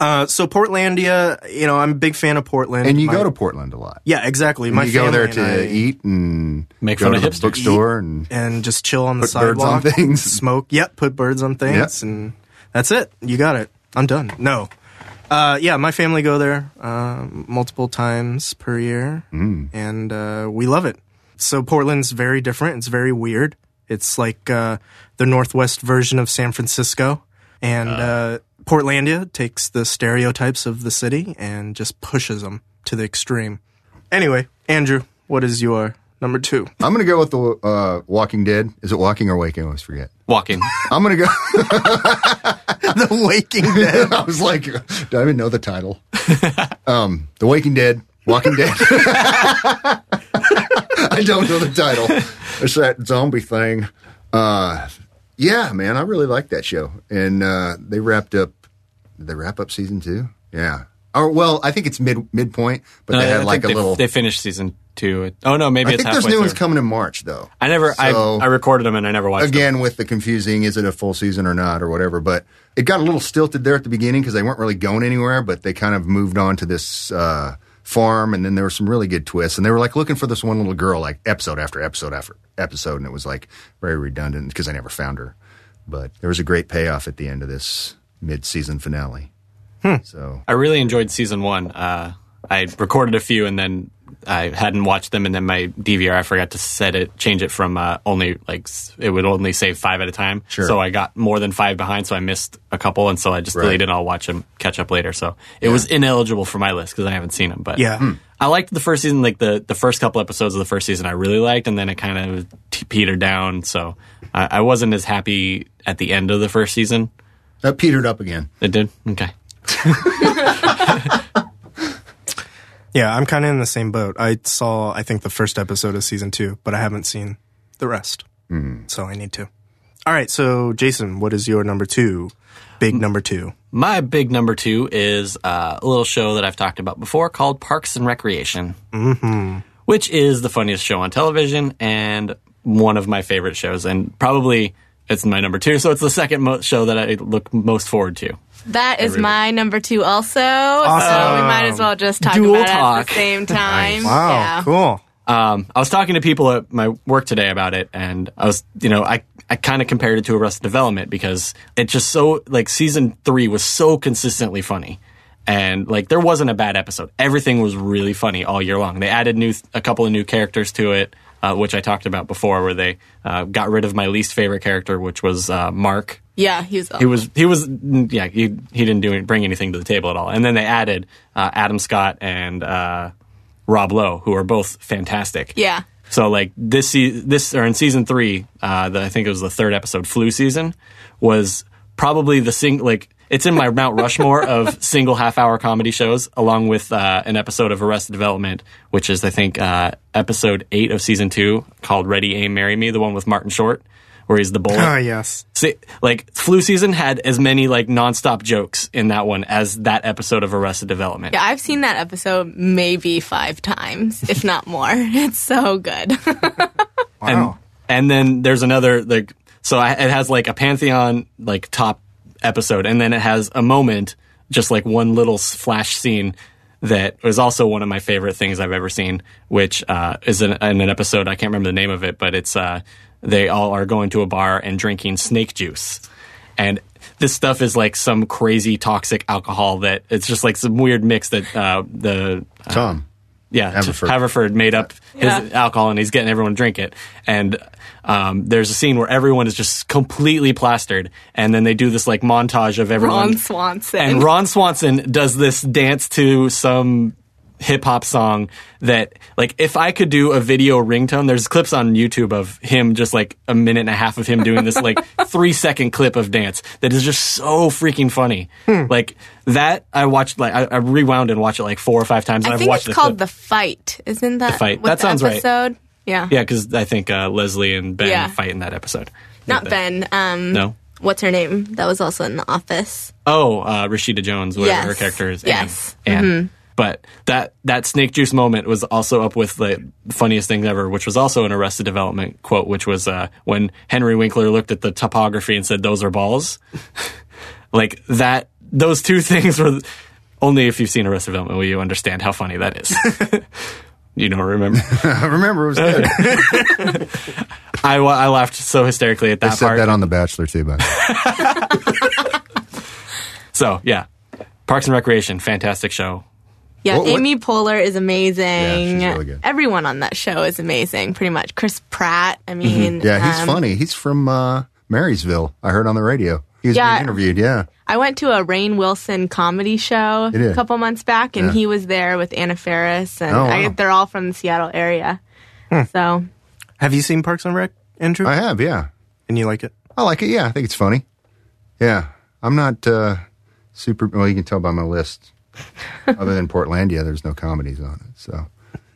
uh, so Portlandia, you know, I'm a big fan of Portland.
And you
My-
go to Portland a lot.
yeah, exactly. My
you go there
family and
to
I-
eat and
Make
go
fun
to
of
the
hipsters.
bookstore and
and just chill on the
Put birds
sidewalk.
on things.
Smoke. Yep, put birds on things, and that's it. You got it. I'm done. No. Uh, yeah, my family go there uh, multiple times per year,
Mm.
and uh, we love it. So Portland's very different. It's very weird. It's like uh, the northwest version of San Francisco,
Ah.
and uh. Portlandia takes the stereotypes of the city and just pushes them to the extreme. Anyway, Andrew, what is your number two?
I'm going to go with the uh, Walking Dead. Is it Walking or Waking? I always forget.
Walking.
I'm going to go.
the Waking Dead.
I was like, do I even know the title? um, the Waking Dead, Walking Dead. I don't know the title. It's that zombie thing. Uh, yeah, man, I really like that show. And uh, they wrapped up. Did they wrap up season two? Yeah. Or well, I think it's mid midpoint, but they
Uh, I
had
think
like a
they-
little.
They finished season two. Oh no, maybe
I
it's
think
halfway
there's new
through.
ones coming in March though.
I never.
So-
I, I recorded them and I never watched them.
again with the confusing is it a full season or not or whatever but it got a little stilted there at the beginning because they weren't really going anywhere but they kind of moved on to this uh, farm and then there were some really good twists and they were like looking for this one little girl like episode after episode after episode and it was like very redundant because i never found her but there was a great payoff at the end of this mid-season finale so
I really enjoyed season one. Uh, I recorded a few and then I hadn't watched them, and then my DVR I forgot to set it, change it from uh, only like s- it would only save five at a time.
Sure.
So I got more than five behind, so I missed a couple, and so I just
Right.
deleted. and I'll watch them catch up later. So it was ineligible for my list because I haven't seen them. But
Yeah. Hmm.
I liked the first season, like the the first couple episodes of the first season. I really liked, and then it kind of t- petered down. So I, I wasn't as happy at the end of the first season.
that petered up again
It did okay.
Yeah, I'm kind of in the same boat. I saw, I think, the first episode of season two, but I haven't seen the rest. So I need to. All right, so Jason, what is your number two? Big number two.
My big number two is uh, a little show that I've talked about before called Parks and Recreation, mm-hmm. which is the funniest show on television and one of my favorite shows, and probably It's my number two, so it's the second mo- show that I look most forward to.
That is
really-
my number two also. So we might as well just talk
Dual
about it at
talk.
the same time.
Wow,
Yeah.
cool.
Um, I was talking to people at my work today about it, and I was, you know, I, I kind of compared it to Arrested Development because it just so, like, season three was so consistently funny. And, like, there wasn't a bad episode. Everything was really funny all year long. They added new, a couple of new characters to it, uh, which I talked about before, where they uh, got rid of my least favorite character, which was uh, Mark.
Yeah, he was.
He was, he was, mm, yeah, he, he didn't do any, bring anything to the table at all. And then they added uh, Adam Scott and uh, Rob Lowe, who are both fantastic.
yeah.
So like this se- this or in season three, uh, the, I think it was the third episode, flu season, was probably the sing like it's in my Mount Rushmore of single half hour comedy shows, along with uh, an episode of Arrested Development, which is I think uh, episode eight of season two called Ready Aim Marry Me, the one with Martin Short, where he's the bullet.
Ah, yes.
See, like flu season had as many like nonstop jokes in that one as that episode of Arrested Development.
Yeah, I've seen that episode maybe five times, if not more. It's so good.
and,
Wow.
and then there's another like so I, it has like a pantheon like top episode and then it has a moment just like one little s- flash scene that was also one of my favorite things I've ever seen which uh, is in, in an episode I can't remember the name of it but it's uh, they all are going to a bar and drinking snake juice and this stuff is like some crazy toxic alcohol that it's just like some weird mix that uh, the
Tom.
yeah, t-
Haverford.
Haverford. made up his
Yeah.
alcohol and he's getting everyone to drink it. And um, there's a scene where everyone is just completely plastered, and then they do this like montage of everyone.
Ron Swanson.
And Ron Swanson does this dance to some hip hop song that, like, if I could do a video ringtone, there's clips on YouTube of him just like a minute and a half of him doing this like three second clip of dance that is just so freaking funny.
Hmm.
Like that, I watched like I, I rewound and watched it like four or five times. And
I
have
think
watched
it's called
clip.
The Fight. Isn't that
The Fight.
what
That
the
sounds right.
episode? Yeah.
Yeah, because I think uh, Leslie and Ben
Yeah.
fight in that episode.
Not
That-
Ben. Um,
No.
What's her name? That was also in The Office.
Oh, uh, Rashida Jones, whatever
Yes.
her character is.
Yes. Mm-hmm.
Anne. Anne. But that that snake juice moment was also up with the funniest thing ever, which was also an Arrested Development quote, which was uh, when Henry Winkler looked at the topography and said, "Those are balls." like that. Those two things were only if you've seen Arrested Development will you understand how funny that is. you don't remember.
I remember it was good.
I, wa- I laughed so hysterically at
I
that
said
part.
that on The Bachelor too, by the way.
So yeah, Parks and Recreation, fantastic show.
Yeah,
What- what-
Amy Poehler is amazing.
Yeah, she's really good.
Everyone on that show is amazing, pretty much. Chris Pratt.
Mm-hmm.
I mean,
Yeah, he's
um,
funny. He's from uh, Marysville. I heard on the radio. He was
Yeah.
being interviewed. Yeah,
I went to a Rain Wilson comedy show
You did?
a couple months back, and
Yeah.
he was there with Anna Faris, and
Oh,
I,
wow. Hmm.
they're all from the Seattle area. So
Have you seen Parks and Rec, Andrew?
I have. Yeah,
and you like it?
I like it. Yeah, I think it's funny. Yeah, I'm not uh, super. Well, you can tell by my list. Other than Portlandia, there's no comedies on it. So,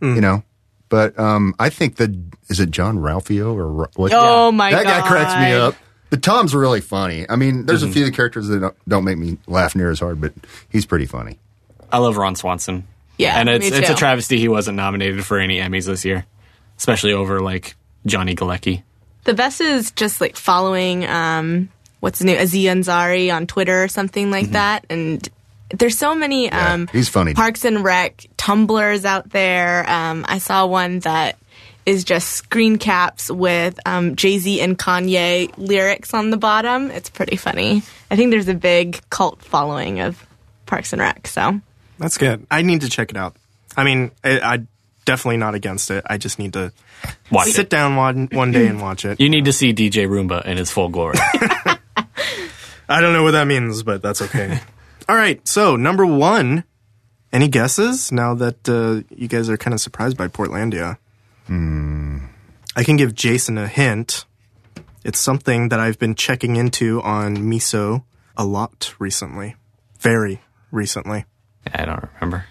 you know. But um, I think the is it John Ralphio or Ro- what?
Oh, Yeah. my
that guy cracks me
God.
up. The Tom's really funny. I mean, there's a few of the characters that don't, don't make me laugh near as hard, but he's pretty funny.
I love Ron Swanson.
Yeah,
and it's
me
it's a
too.
travesty he wasn't nominated for any Emmys this year, especially over like Johnny Galecki.
the best is just like following um, what's his name, Aziz Ansari on Twitter or something like that, and. There's so many
Mm-hmm. Yeah,
um,
he's funny.
Parks and Rec tumblers out there. Um, I saw one that is just screen caps with um, Jay Z and Kanye lyrics on the bottom. It's pretty funny. I think there's a big cult following of Parks and Rec. So
That's good. I need to check it out. I mean, I, I definitely not against it. I just need to
Watch
sit
it.
down one, one day and watch it.
You need to see DJ Roomba in his full glory.
I don't know what that means, but that's okay. All right. So number one, any guesses? Now that uh, you guys are kind of surprised by Portlandia,
Hmm.
I can give Jason a hint. It's something that I've been checking into on Miso a lot recently, very recently.
I don't remember.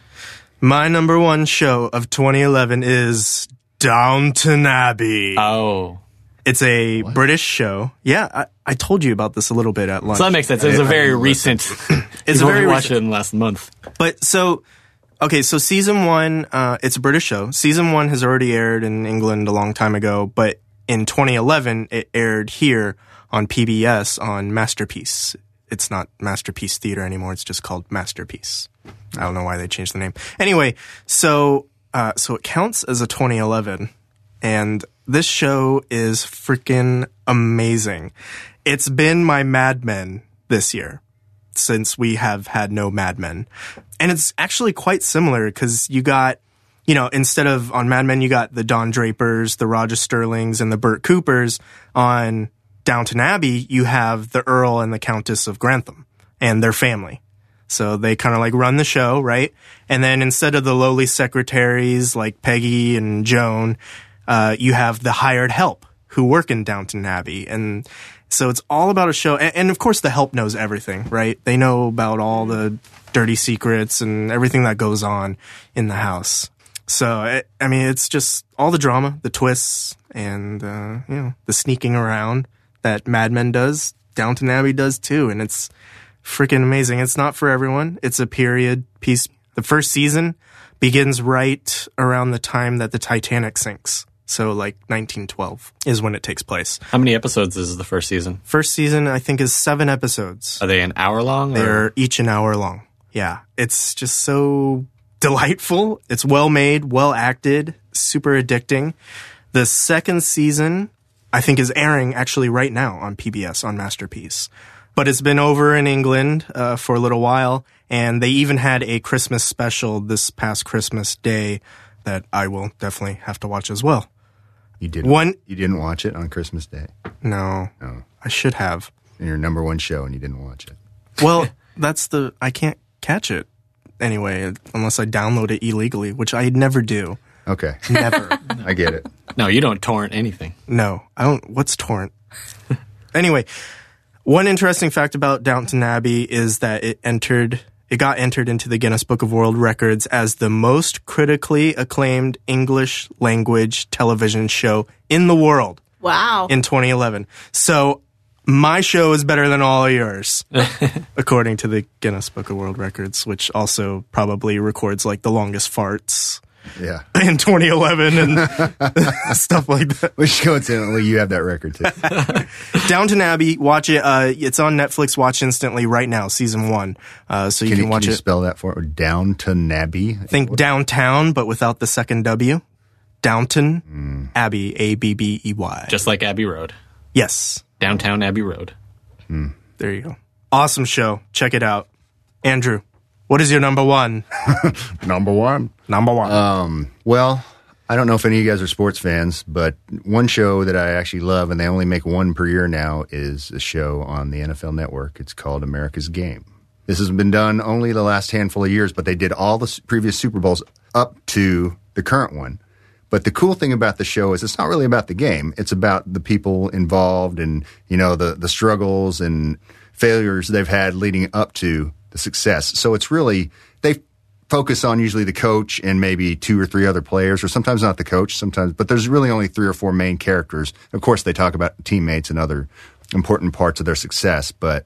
My number one show of 2011 is Downton Abbey.
Oh,
it's a British show. Yeah, I, I told you about this a little bit at lunch.
so that makes sense. It's a very recent.
It's
You've only
very
watched it in the last month.
But so, okay, so season one, uh, it's a British show. Season one has already aired in England a long time ago, but in 2011, it aired here on PBS on Masterpiece. It's not Masterpiece Theater anymore. It's just called Masterpiece. I don't know why they changed the name. Anyway, so uh, so it counts as a 2011, and this show is freaking amazing. It's been my Mad Men this year since we have had no Mad Men, and it's actually quite similar because you got you know, instead of on Mad Men, you got the Don Drapers, the Roger Sterlings, and the Burt Coopers. On Downton Abbey, you have the Earl and the Countess of Grantham and their family. So they kind of like run the show, right? And then instead of the lowly secretaries like Peggy and Joan, uh, you have the hired help who work in Downton Abbey. And so it's all about a show. And, and of course, the help knows everything, right? They know about all the dirty secrets and everything that goes on in the house. So I, I mean, it's just all the drama, the twists, and uh, you know the sneaking around that Mad Men does. Downton Abbey does too, and it's freaking amazing. It's not for everyone. It's a period piece. The first season begins right around the time that the Titanic sinks. So like 1912 is when it takes place.
How many episodes is the first season?
First season I think is 7 episodes.
Are they an hour long? Or?
They're each an hour long. Yeah. It's just so delightful. It's well made, well acted, super addicting. The second season, I think, is airing actually right now on PBS on Masterpiece. But it's been over in England uh, for a little while, and they even had a Christmas special this past Christmas day that I will definitely have to watch as well.
You didn't.
One,
You didn't watch it on Christmas Day.
no,
Oh.
I should have.
Your number one show, and you didn't watch it.
Well, that's the I can't catch it anyway unless I download it illegally, which I never do.
Okay,
Never.
I get it.
No, you don't torrent anything.
no, I don't. What's torrent? anyway, one interesting fact about Downton Abbey is that it entered, it got entered into the Guinness Book of World Records as the most critically acclaimed English language television show in the world
Wow.
in 2011. So my show is better than all of yours, according to the Guinness Book of World Records, which also probably records like the longest farts
Yeah,
in 2011 and stuff like that.
which coincidentally, you have that record too.
Downton Abbey, watch it. Uh, it's on Netflix. Watch instantly right now, season one. Uh, so you
Can
can,
you,
watch
can you
it.
spell that for down to Nabby?
Think downtown, but without the second W. Downton
Hmm.
Abbey, A B B E Y.
Just like Abbey Road,
Yes.
downtown Abbey Road.
There you go. Awesome show. Check it out. Andrew, what is your number one?
number one.
Number one.
Well, I don't know if any of you guys are sports fans, but one show that I actually love, and they only make one per year now, is a show on the NFL Network. It's called America's Game. This has been done only the last handful of years, but they did all the s- previous Super Bowls up to the current one. But the cool thing about the show is it's not really about the game. It's about the people involved and, you know, the, the struggles and failures they've had leading up to the success. So it's really, they focus on usually the coach and maybe two or three other players, or sometimes not the coach, sometimes, but there's really only three or four main characters. Of course, they talk about teammates and other important parts of their success, but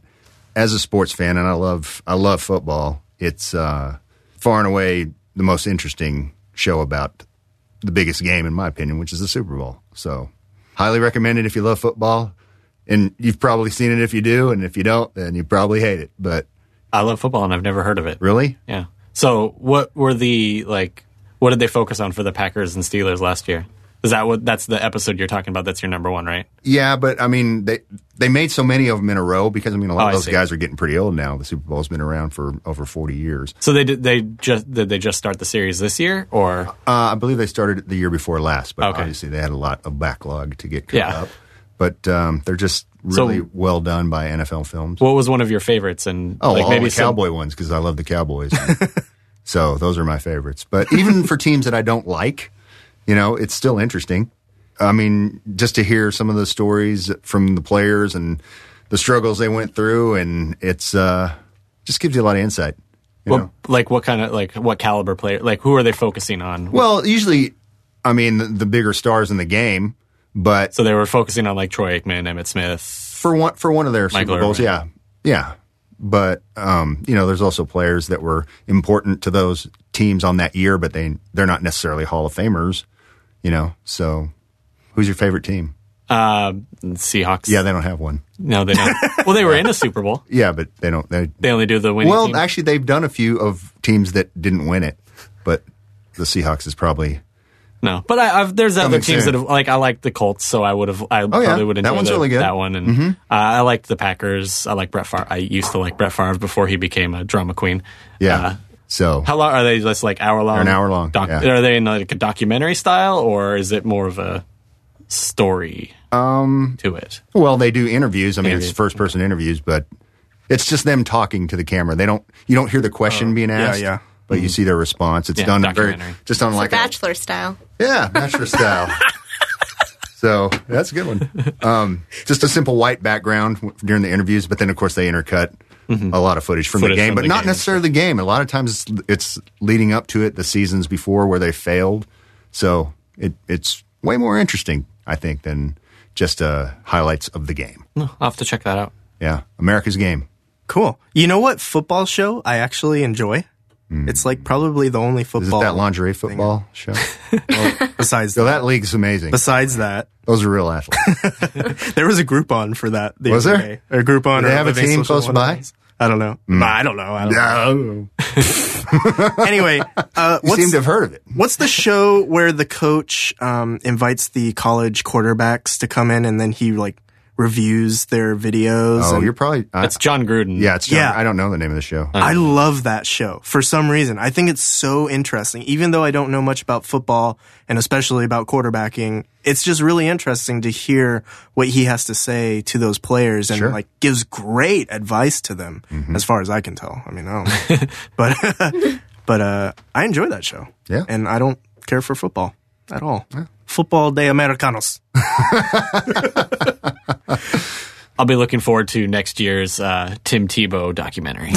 as a sports fan, and I love, I love football, it's uh, far and away the most interesting show about the biggest game, in my opinion, which is the Super Bowl. So, highly recommend it if you love football. And you've probably seen it if you do, and if you don't, then you probably hate it. But
I love football, and I've never heard of it.
really,
Yeah. So what were the like? What did they focus on for the Packers and Steelers last year? Is that what? That's the episode you're talking about. That's your number one, right?
Yeah, but I mean, they they made so many of them in a row because I mean, a lot
Oh, I
of those
see.
guys are getting pretty old now. The Super Bowl's been around for over forty years.
So they did. They just did. They just start the series this year, or
Uh, I believe they started it the year before last, but
Okay.
obviously they had a lot of backlog to get caught
Yeah.
up. But um, they're just
So-
really well done by NFL films.
what was one of your favorites? And
oh,
like
all
maybe
the
some-
cowboy ones because I love the Cowboys. so those are my favorites. But even for teams that I don't like, you know, it's still interesting. I mean, just to hear some of the stories from the players and the struggles they went through, and it's uh, just gives you a lot of insight. You
what,
know?
like what kind of like what caliber player? Like who are they focusing on?
Well, usually, I mean, the, the bigger stars in the game, but
so they were focusing on like Troy Aikman, Emmett Smith.
for one for one of their
Michael
Super Bowls,
Irvin.
yeah, yeah. But um, you know, there's also players that were important to those teams on that year, but they they're not necessarily Hall of Famers, you know. So, who's your favorite team?
Uh, Seahawks.
Yeah, they don't have one.
No, they don't. well, they were in a Super Bowl.
Yeah, but they don't. They,
They only do the winning.
well,
team.
actually, they've done a few of teams that didn't win it, but the Seahawks is probably.
no. But I, I've, there's other
Coming
teams
soon.
that have, like I like the Colts, so I would have. I
Oh, yeah.
probably would
That
enjoy
one's
the-
really good. Mm-hmm.
that one. And uh, I liked the Packers. I like Brett Favre. I used to like Brett Favre before he became a drama queen.
Yeah.
Uh,
so
how long are they? Just like hour long?
They're an hour long,
Doc-
yeah.
Are they in like a documentary style, or is it more of a story um, to it?
Well, they do interviews. I mean,
Interviews.
it's first person interviews, but it's just them talking to the camera. They don't you don't hear the question
Oh,
being asked.
yeah.
But you see their response. It's
Mm-hmm. Yeah,
done very
documentary.
just on like a,
Bachelor style.
yeah, bachelor style. So that's a good one. Um, just a simple white background w- during the interviews, but then of course they intercut a lot of footage from
Mm-hmm. Footage
the game,
from
but
the
not
game.
necessarily the game. A lot of times it's, it's leading up to it, the seasons before where they failed. So it it's way more interesting, I think, than just uh, highlights of the game.
I'll have to check that out.
Yeah, America's Game.
Cool. You know what football show I actually enjoy? It's like probably the only
Hmm. Is
football
it that lingerie football show?
besides
So that league's amazing.
besides that.
Those are real athletes.
There was a Groupon for that. The
Was
other
there?
Day. A Groupon.
Do they
or
have a
Living
team
Social
close
101s.
by? Hmm.
I don't know. I don't know. I don't know.
no.
Anyway, uh,
You seem
what's,
to have heard of it.
what's the show where the coach um, invites the college quarterbacks to come in and then he like reviews their videos?
Oh,
and-
you're probably. I,
That's John Gruden.
yeah, it's.
Yeah.
Yeah. I don't know the name of the show.
I love that show for some reason. I think it's so interesting. Even though I don't know much about football and especially about quarterbacking, it's just really interesting to hear what he has to say to those players and
Sure. Mm-hmm.
like gives great advice to them as far as I can tell. I mean, I don't know. but but uh I enjoy that show.
Yeah.
And I don't care for football at all. Football de Americanos.
I'll be looking forward to next year's uh, Tim Tebow documentary.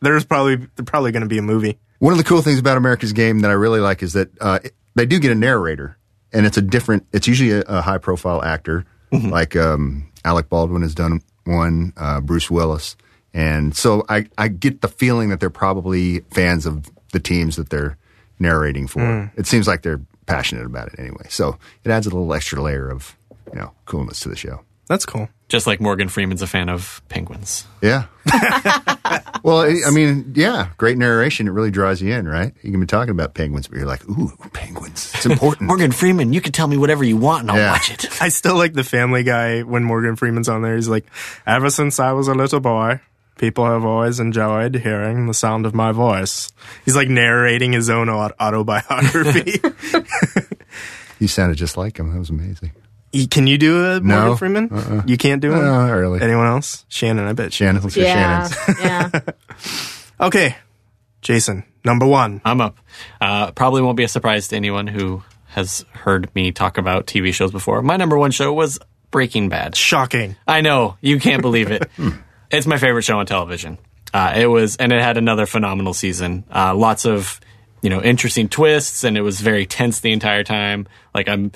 There's probably probably going to be a movie.
One of the cool things about America's Game that I really like is that uh, it- they do get a narrator, and it's a different. It's usually a, a high profile actor, like um, Alec Baldwin has done one, uh, Bruce Willis, and so I I get the feeling that they're probably fans of the teams that they're narrating for. It seems like they're passionate about it anyway, so it adds a little extra layer of you know coolness to the show.
That's cool.
Just like Morgan Freeman's a fan of penguins.
Yeah. well, I I mean, yeah, great narration. It really draws you in, right? You can be talking about penguins, but you're like, ooh, penguins. It's important.
Morgan Freeman, you can tell me whatever you want and I'll
Yeah.
watch it.
I still like the Family Guy when Morgan Freeman's on there. He's like, ever since I was a little boy, people have always enjoyed hearing the sound of my voice. He's like narrating his own au- autobiography.
you sounded just like him. That was amazing.
Y- Can you do a Morgan
No.
Freeman?
Uh-uh.
You can't do it.
Uh, early.
Anyone else? Shannon, I bet.
Shannon, let's hear Shannon's.
yeah.
Okay, Jason, number one.
I'm up. Uh, probably won't be a surprise to anyone who has heard me talk about TV shows before. My number one show was Breaking Bad.
Shocking.
I know you can't believe it. it's my favorite show on television. Uh, it was, and it had another phenomenal season. Uh, lots of you know interesting twists, and it was very tense the entire time. Like I'm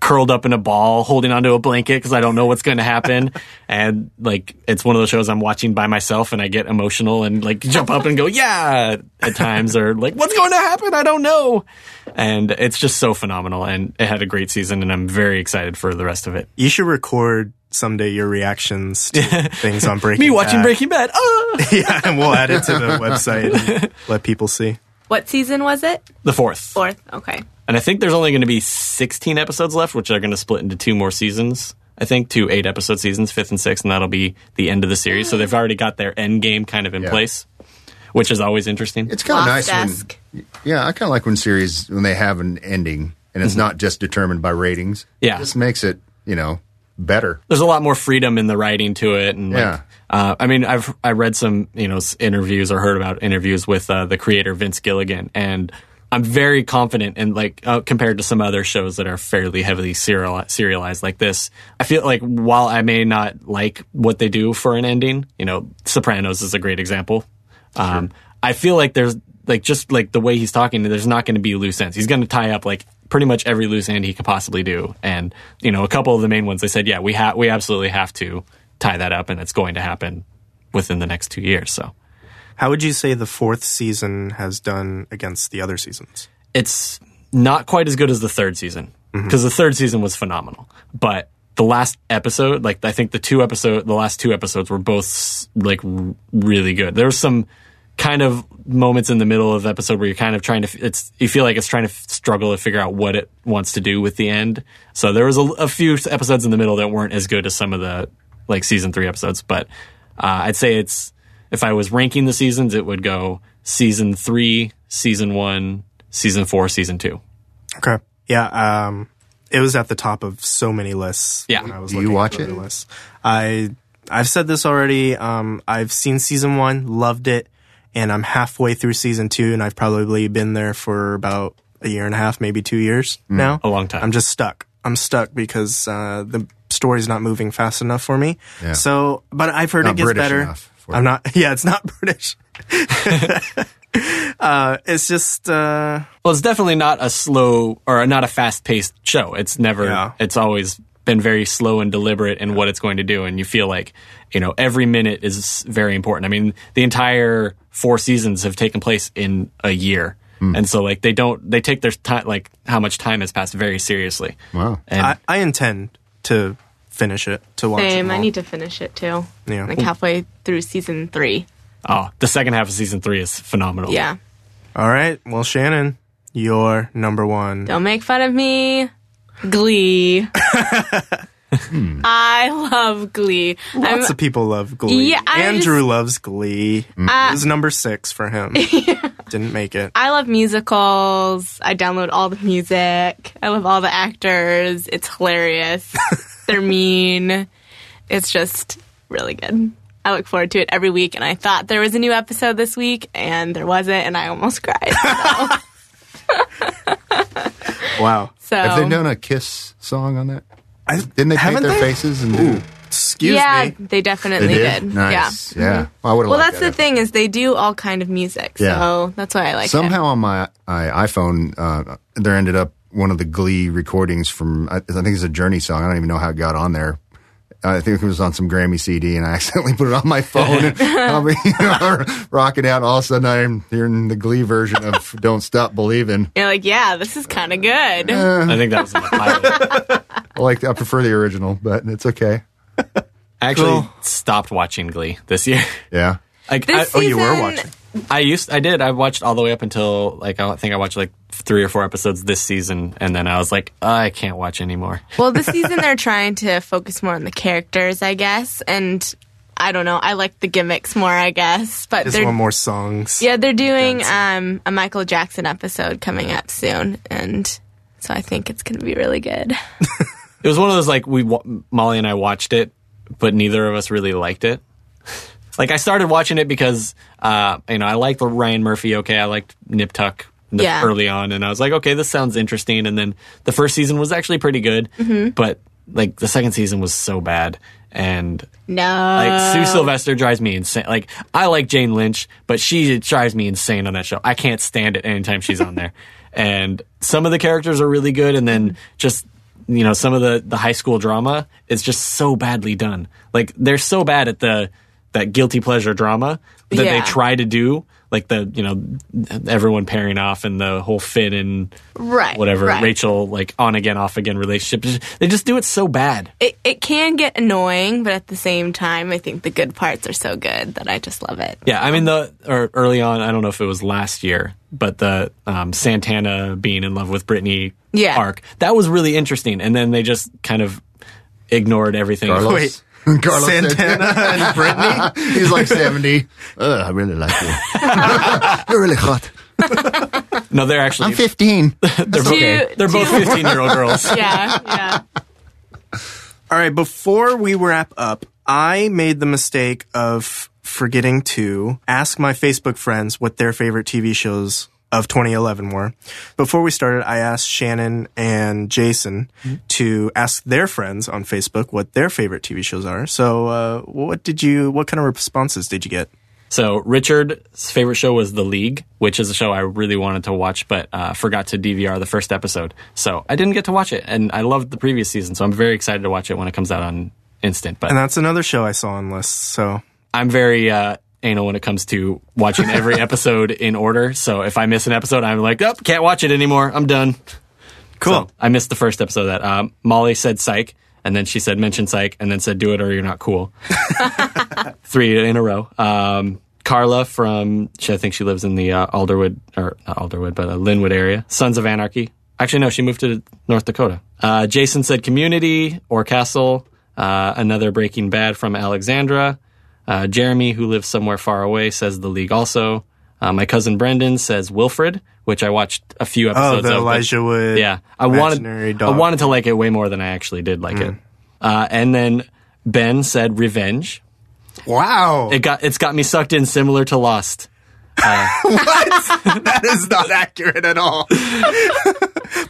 curled up in a ball, holding onto a blanket because I don't know what's going to happen. and like it's one of those shows I'm watching by myself, and I get emotional and like jump up and go yeah at times, or like what's going to happen? I don't know. And it's just so phenomenal, and it had a great season, and I'm very excited for the rest of it.
You should record someday your reactions to things on Breaking
Me watching
Bad.
Breaking Bad. Ah!
yeah, and we'll add it to the website and let people see.
What season was it?
The fourth.
Fourth. Okay.
And I think there's only going to be 16 episodes left, which are going to split into two more seasons. I think two eight episode seasons, fifth and sixth, and that'll be the end of the series. So they've already got their end game kind of in
Yeah.
place, which is always interesting.
It's kind of Oh, nice
Lost
when,
Desk.
yeah, I kind of like when series, when they have an ending and it's not just determined by ratings.
Yeah.
This makes it, you know, better.
there's a lot more freedom in the writing to it, and like,
Yeah.
uh, I mean, I've I read some you know s- interviews or heard about interviews with uh, the creator Vince Gilligan, and I'm very confident in like uh, compared to some other shows that are fairly heavily serial- serialized like this. I feel like while I may not like what they do for an ending, you know, Sopranos is a great example. Um, I feel like there's like just like the way he's talking, there's not going to be loose ends. He's going to tie up like pretty much every loose end he could possibly do, and you know a couple of the main ones. They said, yeah, we have we absolutely have to tie that up, and it's going to happen within the next two years. So
How would you say the fourth season has done against the other seasons?
it's not quite as good as the third season. because the third season was phenomenal. But the last episode, like I think the two episode, the last two episodes were both s- like r- really good. There was some kind of moments in the middle of the episode where you're kind of trying to f- it's you feel like it's trying to f- struggle to figure out what it wants to do with the end. So there was a, a few episodes in the middle that weren't as good as some of the like season three episodes, but uh, I'd say it's if I was ranking the seasons, it would go season three, season one, season four, season two.
Okay. Yeah. Um, it was at the top of so many lists.
Yeah.
When I was
Do you
looking
watch
through the
it?
lists. I I've said this already. Um, I've seen season one, loved it, and I'm halfway through season two, and I've probably been there for about a year and a half, maybe two years
Hmm.
now.
A long time.
I'm just stuck. I'm stuck because uh, the story's not moving fast enough for me.
Yeah.
So, but I've heard
Not
it gets
British
better.
enough for
I'm
you.
not. Yeah, it's not British. uh, it's just. Uh,
Well, it's definitely not a slow or not a fast paced show. It's never,
Yeah.
it's always been very slow and deliberate in what it's going to do. And you feel like, you know, every minute is very important. I mean, the entire four seasons have taken place in a year.
Hmm.
And so, like, they don't, they take their time, like, how much time has passed very seriously.
Wow.
And
I, I intend to finish it to watch
Same.
it.
I need to finish it too.
Yeah.
Like halfway through season three.
oh, the second half of season three is phenomenal.
Yeah.
All right. Well, Shannon, you're number one.
Don't make fun of me. Glee. I love Glee. I'm-
Lots of people love Glee.
Yeah, I
Andrew
just- Uh,
loves Glee.
Mm.
it was number six for him. Didn't make it.
I love musicals. I download all the music. I love all the actors. It's hilarious. They're mean. It's just really good. I look forward to it every week, and I thought there was a new episode this week, and there wasn't, and I almost cried.
Wow.
So
Have they done a Kiss song on that?
I,
Didn't they paint
haven't
their faces and do?
Excuse
yeah,
me.
they definitely did.
Nice.
Yeah. Mm-hmm.
Yeah. Well, I would have.
Well, that's the thing is they do all kind of music,
Yeah.
so that's why I like
Somehow on my, I iPhone, uh, there ended up one of the Glee recordings from I, I think it's a Journey song. I don't even know how it got on there. I think it was on some Grammy CD, and I accidentally put it on my phone. and I'll be you know, rocking out. All of a sudden, I'm hearing the Glee version of "Don't Stop Believing."
it. You're like, yeah, this is kind of good.
I think that was in the pilot.
I like, I prefer the original, but it's okay.
I actually
Cool.
stopped watching Glee this year.
Yeah,
Like, I,
this
oh,
season,
you were watching.
I used, I did. I watched all the way up until like I think I watched like three or four episodes this season, and then I was like, I can't watch anymore.
well, this season they're trying to focus more on the characters, I guess, and I don't know. I like the gimmicks more, I guess, but
Just
they're
one more songs.
yeah, they're doing um, a Michael Jackson episode coming up soon, and so I think it's gonna be really good.
It was one of those like we wa- Molly and I watched it, but neither of us really liked it. Like I started watching it because uh, you know I liked Ryan Murphy. Okay, I liked Nip Tuck in the-
Yeah.
early on, and I was like, okay, this sounds interesting. And then the first season was actually pretty good,
Mm-hmm.
but like the second season was so bad, and
No,
Like Sue Sylvester drives me insane. Like I like Jane Lynch, but she drives me insane on that show. I can't stand it anytime she's on there. And some of the characters are really good, and then just you know some of the the high school drama is just so badly done. Like they're so bad at the that guilty pleasure drama that they
Yeah.
try to do. Like the you know everyone pairing off and the whole Finn and
Right,
whatever
right.
Rachel like on again off again relationship. They just do it so bad.
it, it can get annoying, but at the same time, I think the good parts are so good that I just love it.
Yeah, I mean the or early on, I don't know if it was last year, but the um, Santana being in love with Britney
Yeah.
arc that was really interesting, and then they just kind of ignored everything.
Carlos.
Wait.
Carlos
Santana and Brittany.
He's like seventy. Ugh, I really like you. You're really hot.
No, they're actually
I'm 15.
they're both,
okay.
they're both
Two-
fifteen year old girls.
Yeah, yeah.
All right, before we wrap up, I made the mistake of forgetting to ask my Facebook friends what their favorite TV shows of 2011 were. Before we started, I asked Shannon and Jason to ask their friends on Facebook what their favorite TV shows are. So, uh, what did you, what kind of responses did you get?
So Richard's favorite show was The League, which is a show I really wanted to watch, but uh, forgot to DVR the first episode, so I didn't get to watch it. And I loved the previous season, so I'm very excited to watch it when it comes out on Instant. But
And that's another show I saw on lists. So,
I'm very uh, anal when it comes to watching every episode in order. So if I miss an episode, I'm like, oh, can't watch it anymore. I'm done.
Cool.
So I missed the first episode of that. Um, Molly said psych, and then she said mention psych, and then said do it or you're not cool. Three in a row. Um, Carla from, she, I think she lives in the uh, Alderwood, or not Alderwood, but uh, Linwood area. Sons of Anarchy. Actually, no, she moved to North Dakota. Uh, Jason said community or castle. Uh, another Breaking Bad from Alexandra. Uh, Jeremy, who lives somewhere far away, says The League also. Uh, my cousin Brendan says Wilfred, which I watched a few episodes
Oh, the
of. but-
Elijah Wood.
yeah, I
imaginary
wanted
dog. Hmm.
I wanted to like it way more than I actually did like it. Uh, and then Ben said revenge.
Wow.
It got it's got me sucked in similar to Lost.
what? that is not accurate at all.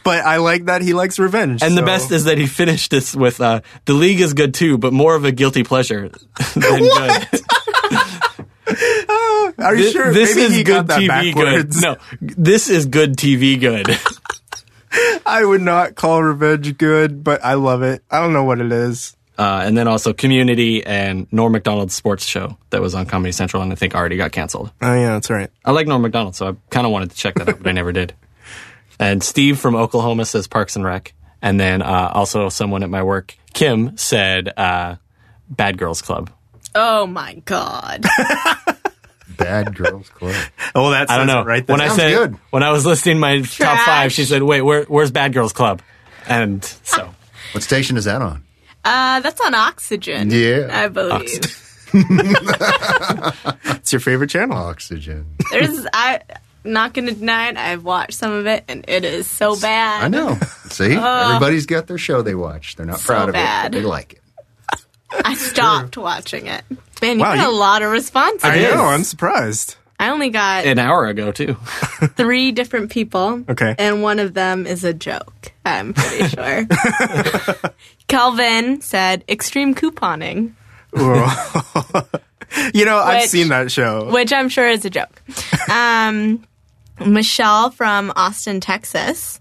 but I like that he likes revenge.
And the
so-
best is that he finished this with uh, the league is good too, but more of a guilty pleasure than good.
Are you sure?
This
Maybe
is
he got
good
that
TV
backwards.
good. No, this is good TV good.
I would not call revenge good, but I love it. I don't know what it is.
uh, and then also Community and Norm Macdonald's sports show that was on Comedy Central and I think already got canceled.
Oh yeah, that's right.
I like Norm Macdonald, so I kind of wanted to check that out, but I never did. And Steve from Oklahoma says Parks and Rec. And then uh, also someone at my work, Kim, said uh, Bad Girls Club.
Oh my god.
Bad Girls Club.
Oh, that's
I don't know.
right. There.
when I
Sounds
said
good.
when I was listing my top
Trash.
five, she said, "Wait, where, where's Bad Girls Club?" And so
Ah.
What station is that on?
Uh, that's on Oxygen.
Yeah.
I believe.
Oxygen.
it's your favorite
Oh,
channel.
Oxygen.
There's I not gonna deny it. I've watched some of it, and it is so bad.
I know. See, everybody's got their show they watch. They're not
Uh-huh. So
proud of
bad.
it. but They like it.
I stopped watching it. Ben, you
Wow,
got
you-
a lot of responses.
I
is.
know. I'm surprised.
I only got
an hour ago too.
three different people.
Okay.
And one of them is a joke, I'm pretty sure. Calvin said extreme couponing,
You know, I've
Which-
seen that show.
which I'm sure is a joke. Um, Michelle from Austin, Texas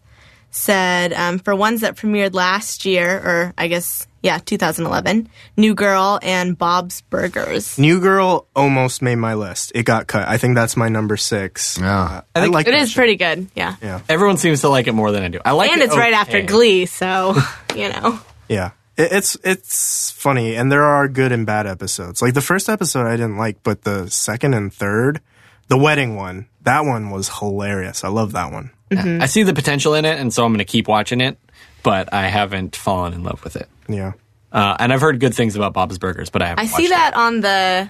said um, for ones that premiered last year, or I guess, yeah, 2011, New Girl and Bob's Burgers.
New Girl almost made my list. It got cut. I think that's my number six.
Ah.
I, like
It
that
is
show.
pretty good, yeah.
Yeah,
Everyone seems to like it more than I do. I like
And
it
it's right after
okay.
Glee, so, you know.
yeah. It, it's it's funny, and there are good and bad episodes. Like the first episode I didn't like, but the second and third, the wedding one, that one was hilarious. I love that one.
Mm-hmm.
I see the potential in it, and so I'm going to keep watching it. But I haven't fallen in love with it.
Yeah.
Uh, and I've heard good things about Bob's Burgers, but I haven't.
I
watched
see
it.
that on the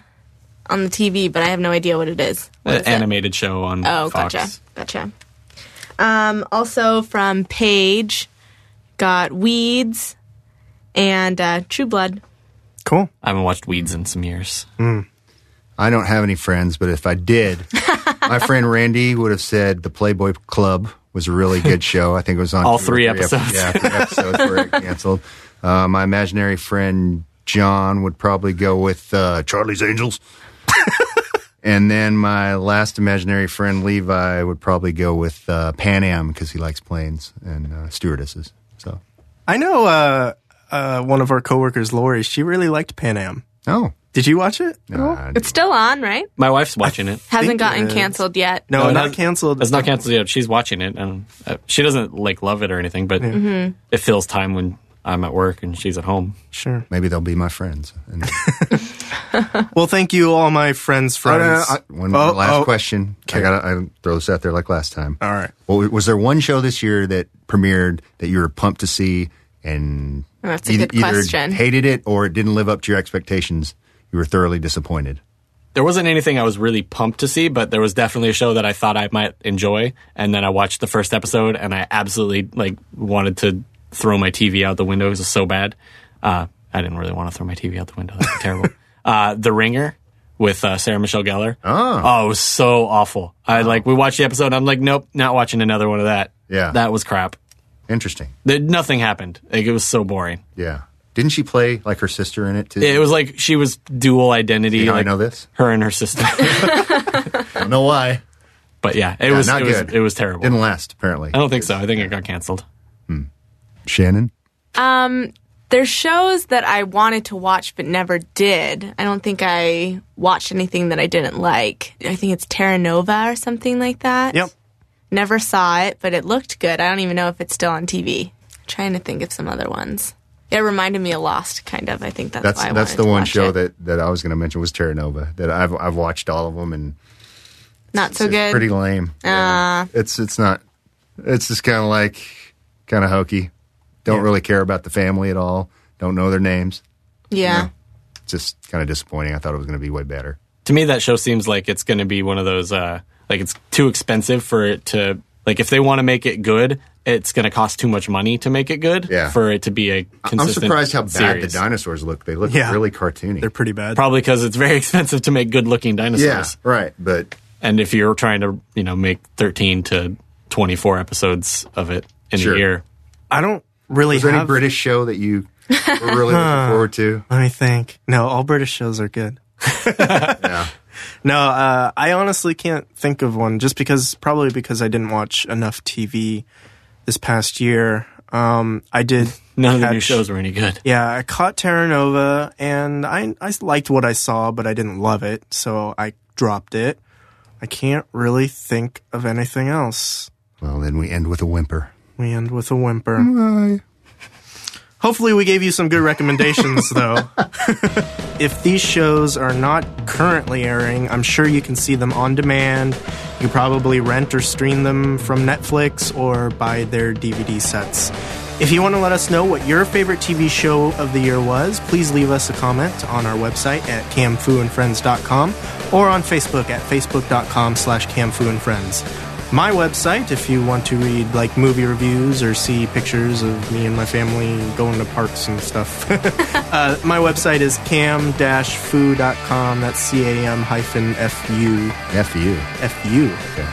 on the TV, but I have no idea what it is. What
An
is it?
animated show on
Oh,
Fox.
gotcha, gotcha. Um, also from Paige, got Weeds and uh, True Blood.
Cool.
I haven't watched Weeds in some years.
I don't have any friends, but if I did, my friend Randy would have said the Playboy Club was a really good show. I think it was on
All
two or
three
ep-
episodes.
yeah, three episodes were canceled. Uh, my imaginary friend John would probably go with uh, Charlie's Angels, and then my last imaginary friend Levi would probably go with uh, Pan Am because he likes planes and uh, stewardesses. So,
I know uh, uh, one of our coworkers, Lori. She really liked Pan Am.
oh,
Did you watch it? at
Oh,
all?
uh,
It's still on, right?
My wife's watching it.
think
Hasn't gotten
it is.
canceled yet.
No,
it
not
has-
canceled.
It's not canceled yet. She's watching it, and uh, she doesn't like love it or anything. But
Mm-hmm.
it fills time when I'm at work and she's at home.
Sure.
maybe they'll be my friends. And-
Well, thank you, all my friends,
No, no, no,
friends.
I- one
Oh,
last
oh,
question. I got. I throw this out there like last time.
All right.
Well, was there one show this year that premiered that you were pumped to see and
Oh, that's a
either,
good
either
question.
hated it or it didn't live up to your expectations? You were thoroughly disappointed.
There wasn't anything I was really pumped to see, but there was definitely a show that I thought I might enjoy. And then I watched the first episode, and I absolutely like wanted to throw my TV out the window. It was so bad. Uh, I didn't really want to throw my TV out the window. That was terrible. Uh, the Ringer with uh, Sarah Michelle Gellar.
Ah.
Oh. it was so awful. I like we watched the episode. and I'm like, nope, not watching another one of that.
Yeah.
that was crap.
Interesting.
There, nothing happened. Like it was so boring.
Yeah. Didn't she play like her sister in it too?
It was like she was dual identity.
You know, I
like
know this.
her and her sister.
I don't know why.
but yeah, it
Yeah,
was
not
it
good.
was it was terrible.
Didn't last apparently.
I don't think so. I think it got canceled.
Shannon.
There's shows that I wanted to watch but never did. I don't think I watched anything that I didn't like. I think it's Terra Nova or something like that.
Yep.
Never saw it, but it looked good. I don't even know if it's still on TV. trying to think of some other ones. It reminded me of Lost, kind of. I think that's,
That's
why I
that's
wanted
the
to
one
watch
show
it.
that, that I was going to mention was Terra Nova. That I've I've watched all of them and
not
it's
so
just
good.
pretty lame. Yeah. It's it's not. It's just kind of like kind of hokey. Don't
Yeah.
really care about the family at all. Don't know their names.
yeah.
Just kind of disappointing. I thought it was going to be way better.
to me that show seems like it's going to be one of those uh, like it's too expensive for it to like if they want to make it good it's going to cost too much money to make it good
Yeah.
for it to be a
I'm
consistent
surprised how bad
series.
the dinosaurs look. They look
Yeah.
really cartoony.
They're pretty bad.
probably because it's very expensive to make good looking
yeah,
dinosaurs
right. But
and if you're trying to you know make 13 to 24 episodes of it in
Sure.
a year
I don't really
is there any
have-
British show that you were really looking forward to?
Let me think. No, all British shows are good.
Yeah.
No, uh, I honestly can't think of one just because, probably because I didn't watch enough TV this past year. Um, I did.
none of the new
catch-
shows were any good
Yeah, I caught Terra Nova and I, I liked what I saw, but I didn't love it, so I dropped it. I can't really think of anything else.
Well, then we end with a whimper.
We end with a whimper. Hopefully, we gave you some good recommendations, though. if these shows are not currently airing, I'm sure you can see them on demand. You can probably rent or stream them from Netflix or buy their DVD sets. If you want to let us know what your favorite TV show of the year was, please leave us a comment on our website at camfooandfriends.com or on Facebook at facebook.com slash camfooandfriends my website if you want to read like movie reviews or see pictures of me and my family going to parks and stuff. uh, my website is cam-foo.com. That's C-A-M hyphen F-U.
F you.
F-U.
Okay.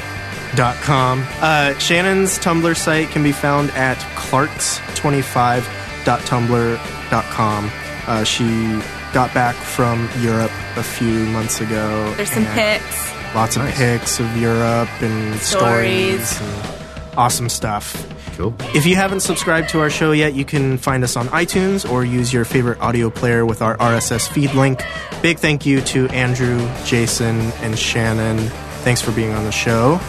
Dot com. Uh, Shannon's Tumblr site can be found at clarks25.tumblr.com. Uh, she got back from Europe a few months ago.
There's some
and-
pics.
Lots of
Nice.
pics of Europe and stories,
Stories.
and awesome stuff.
Cool.
If you haven't subscribed to our show yet, you can find us on iTunes or use your favorite audio player with our RSS feed link. Big thank you to Andrew, Jason, and Shannon. Thanks for being on the show.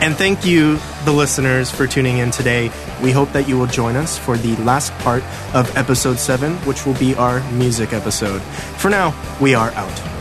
And thank you, the listeners, for tuning in today. We hope that you will join us for the last part of episode 7, which will be our music episode. For now, we are out.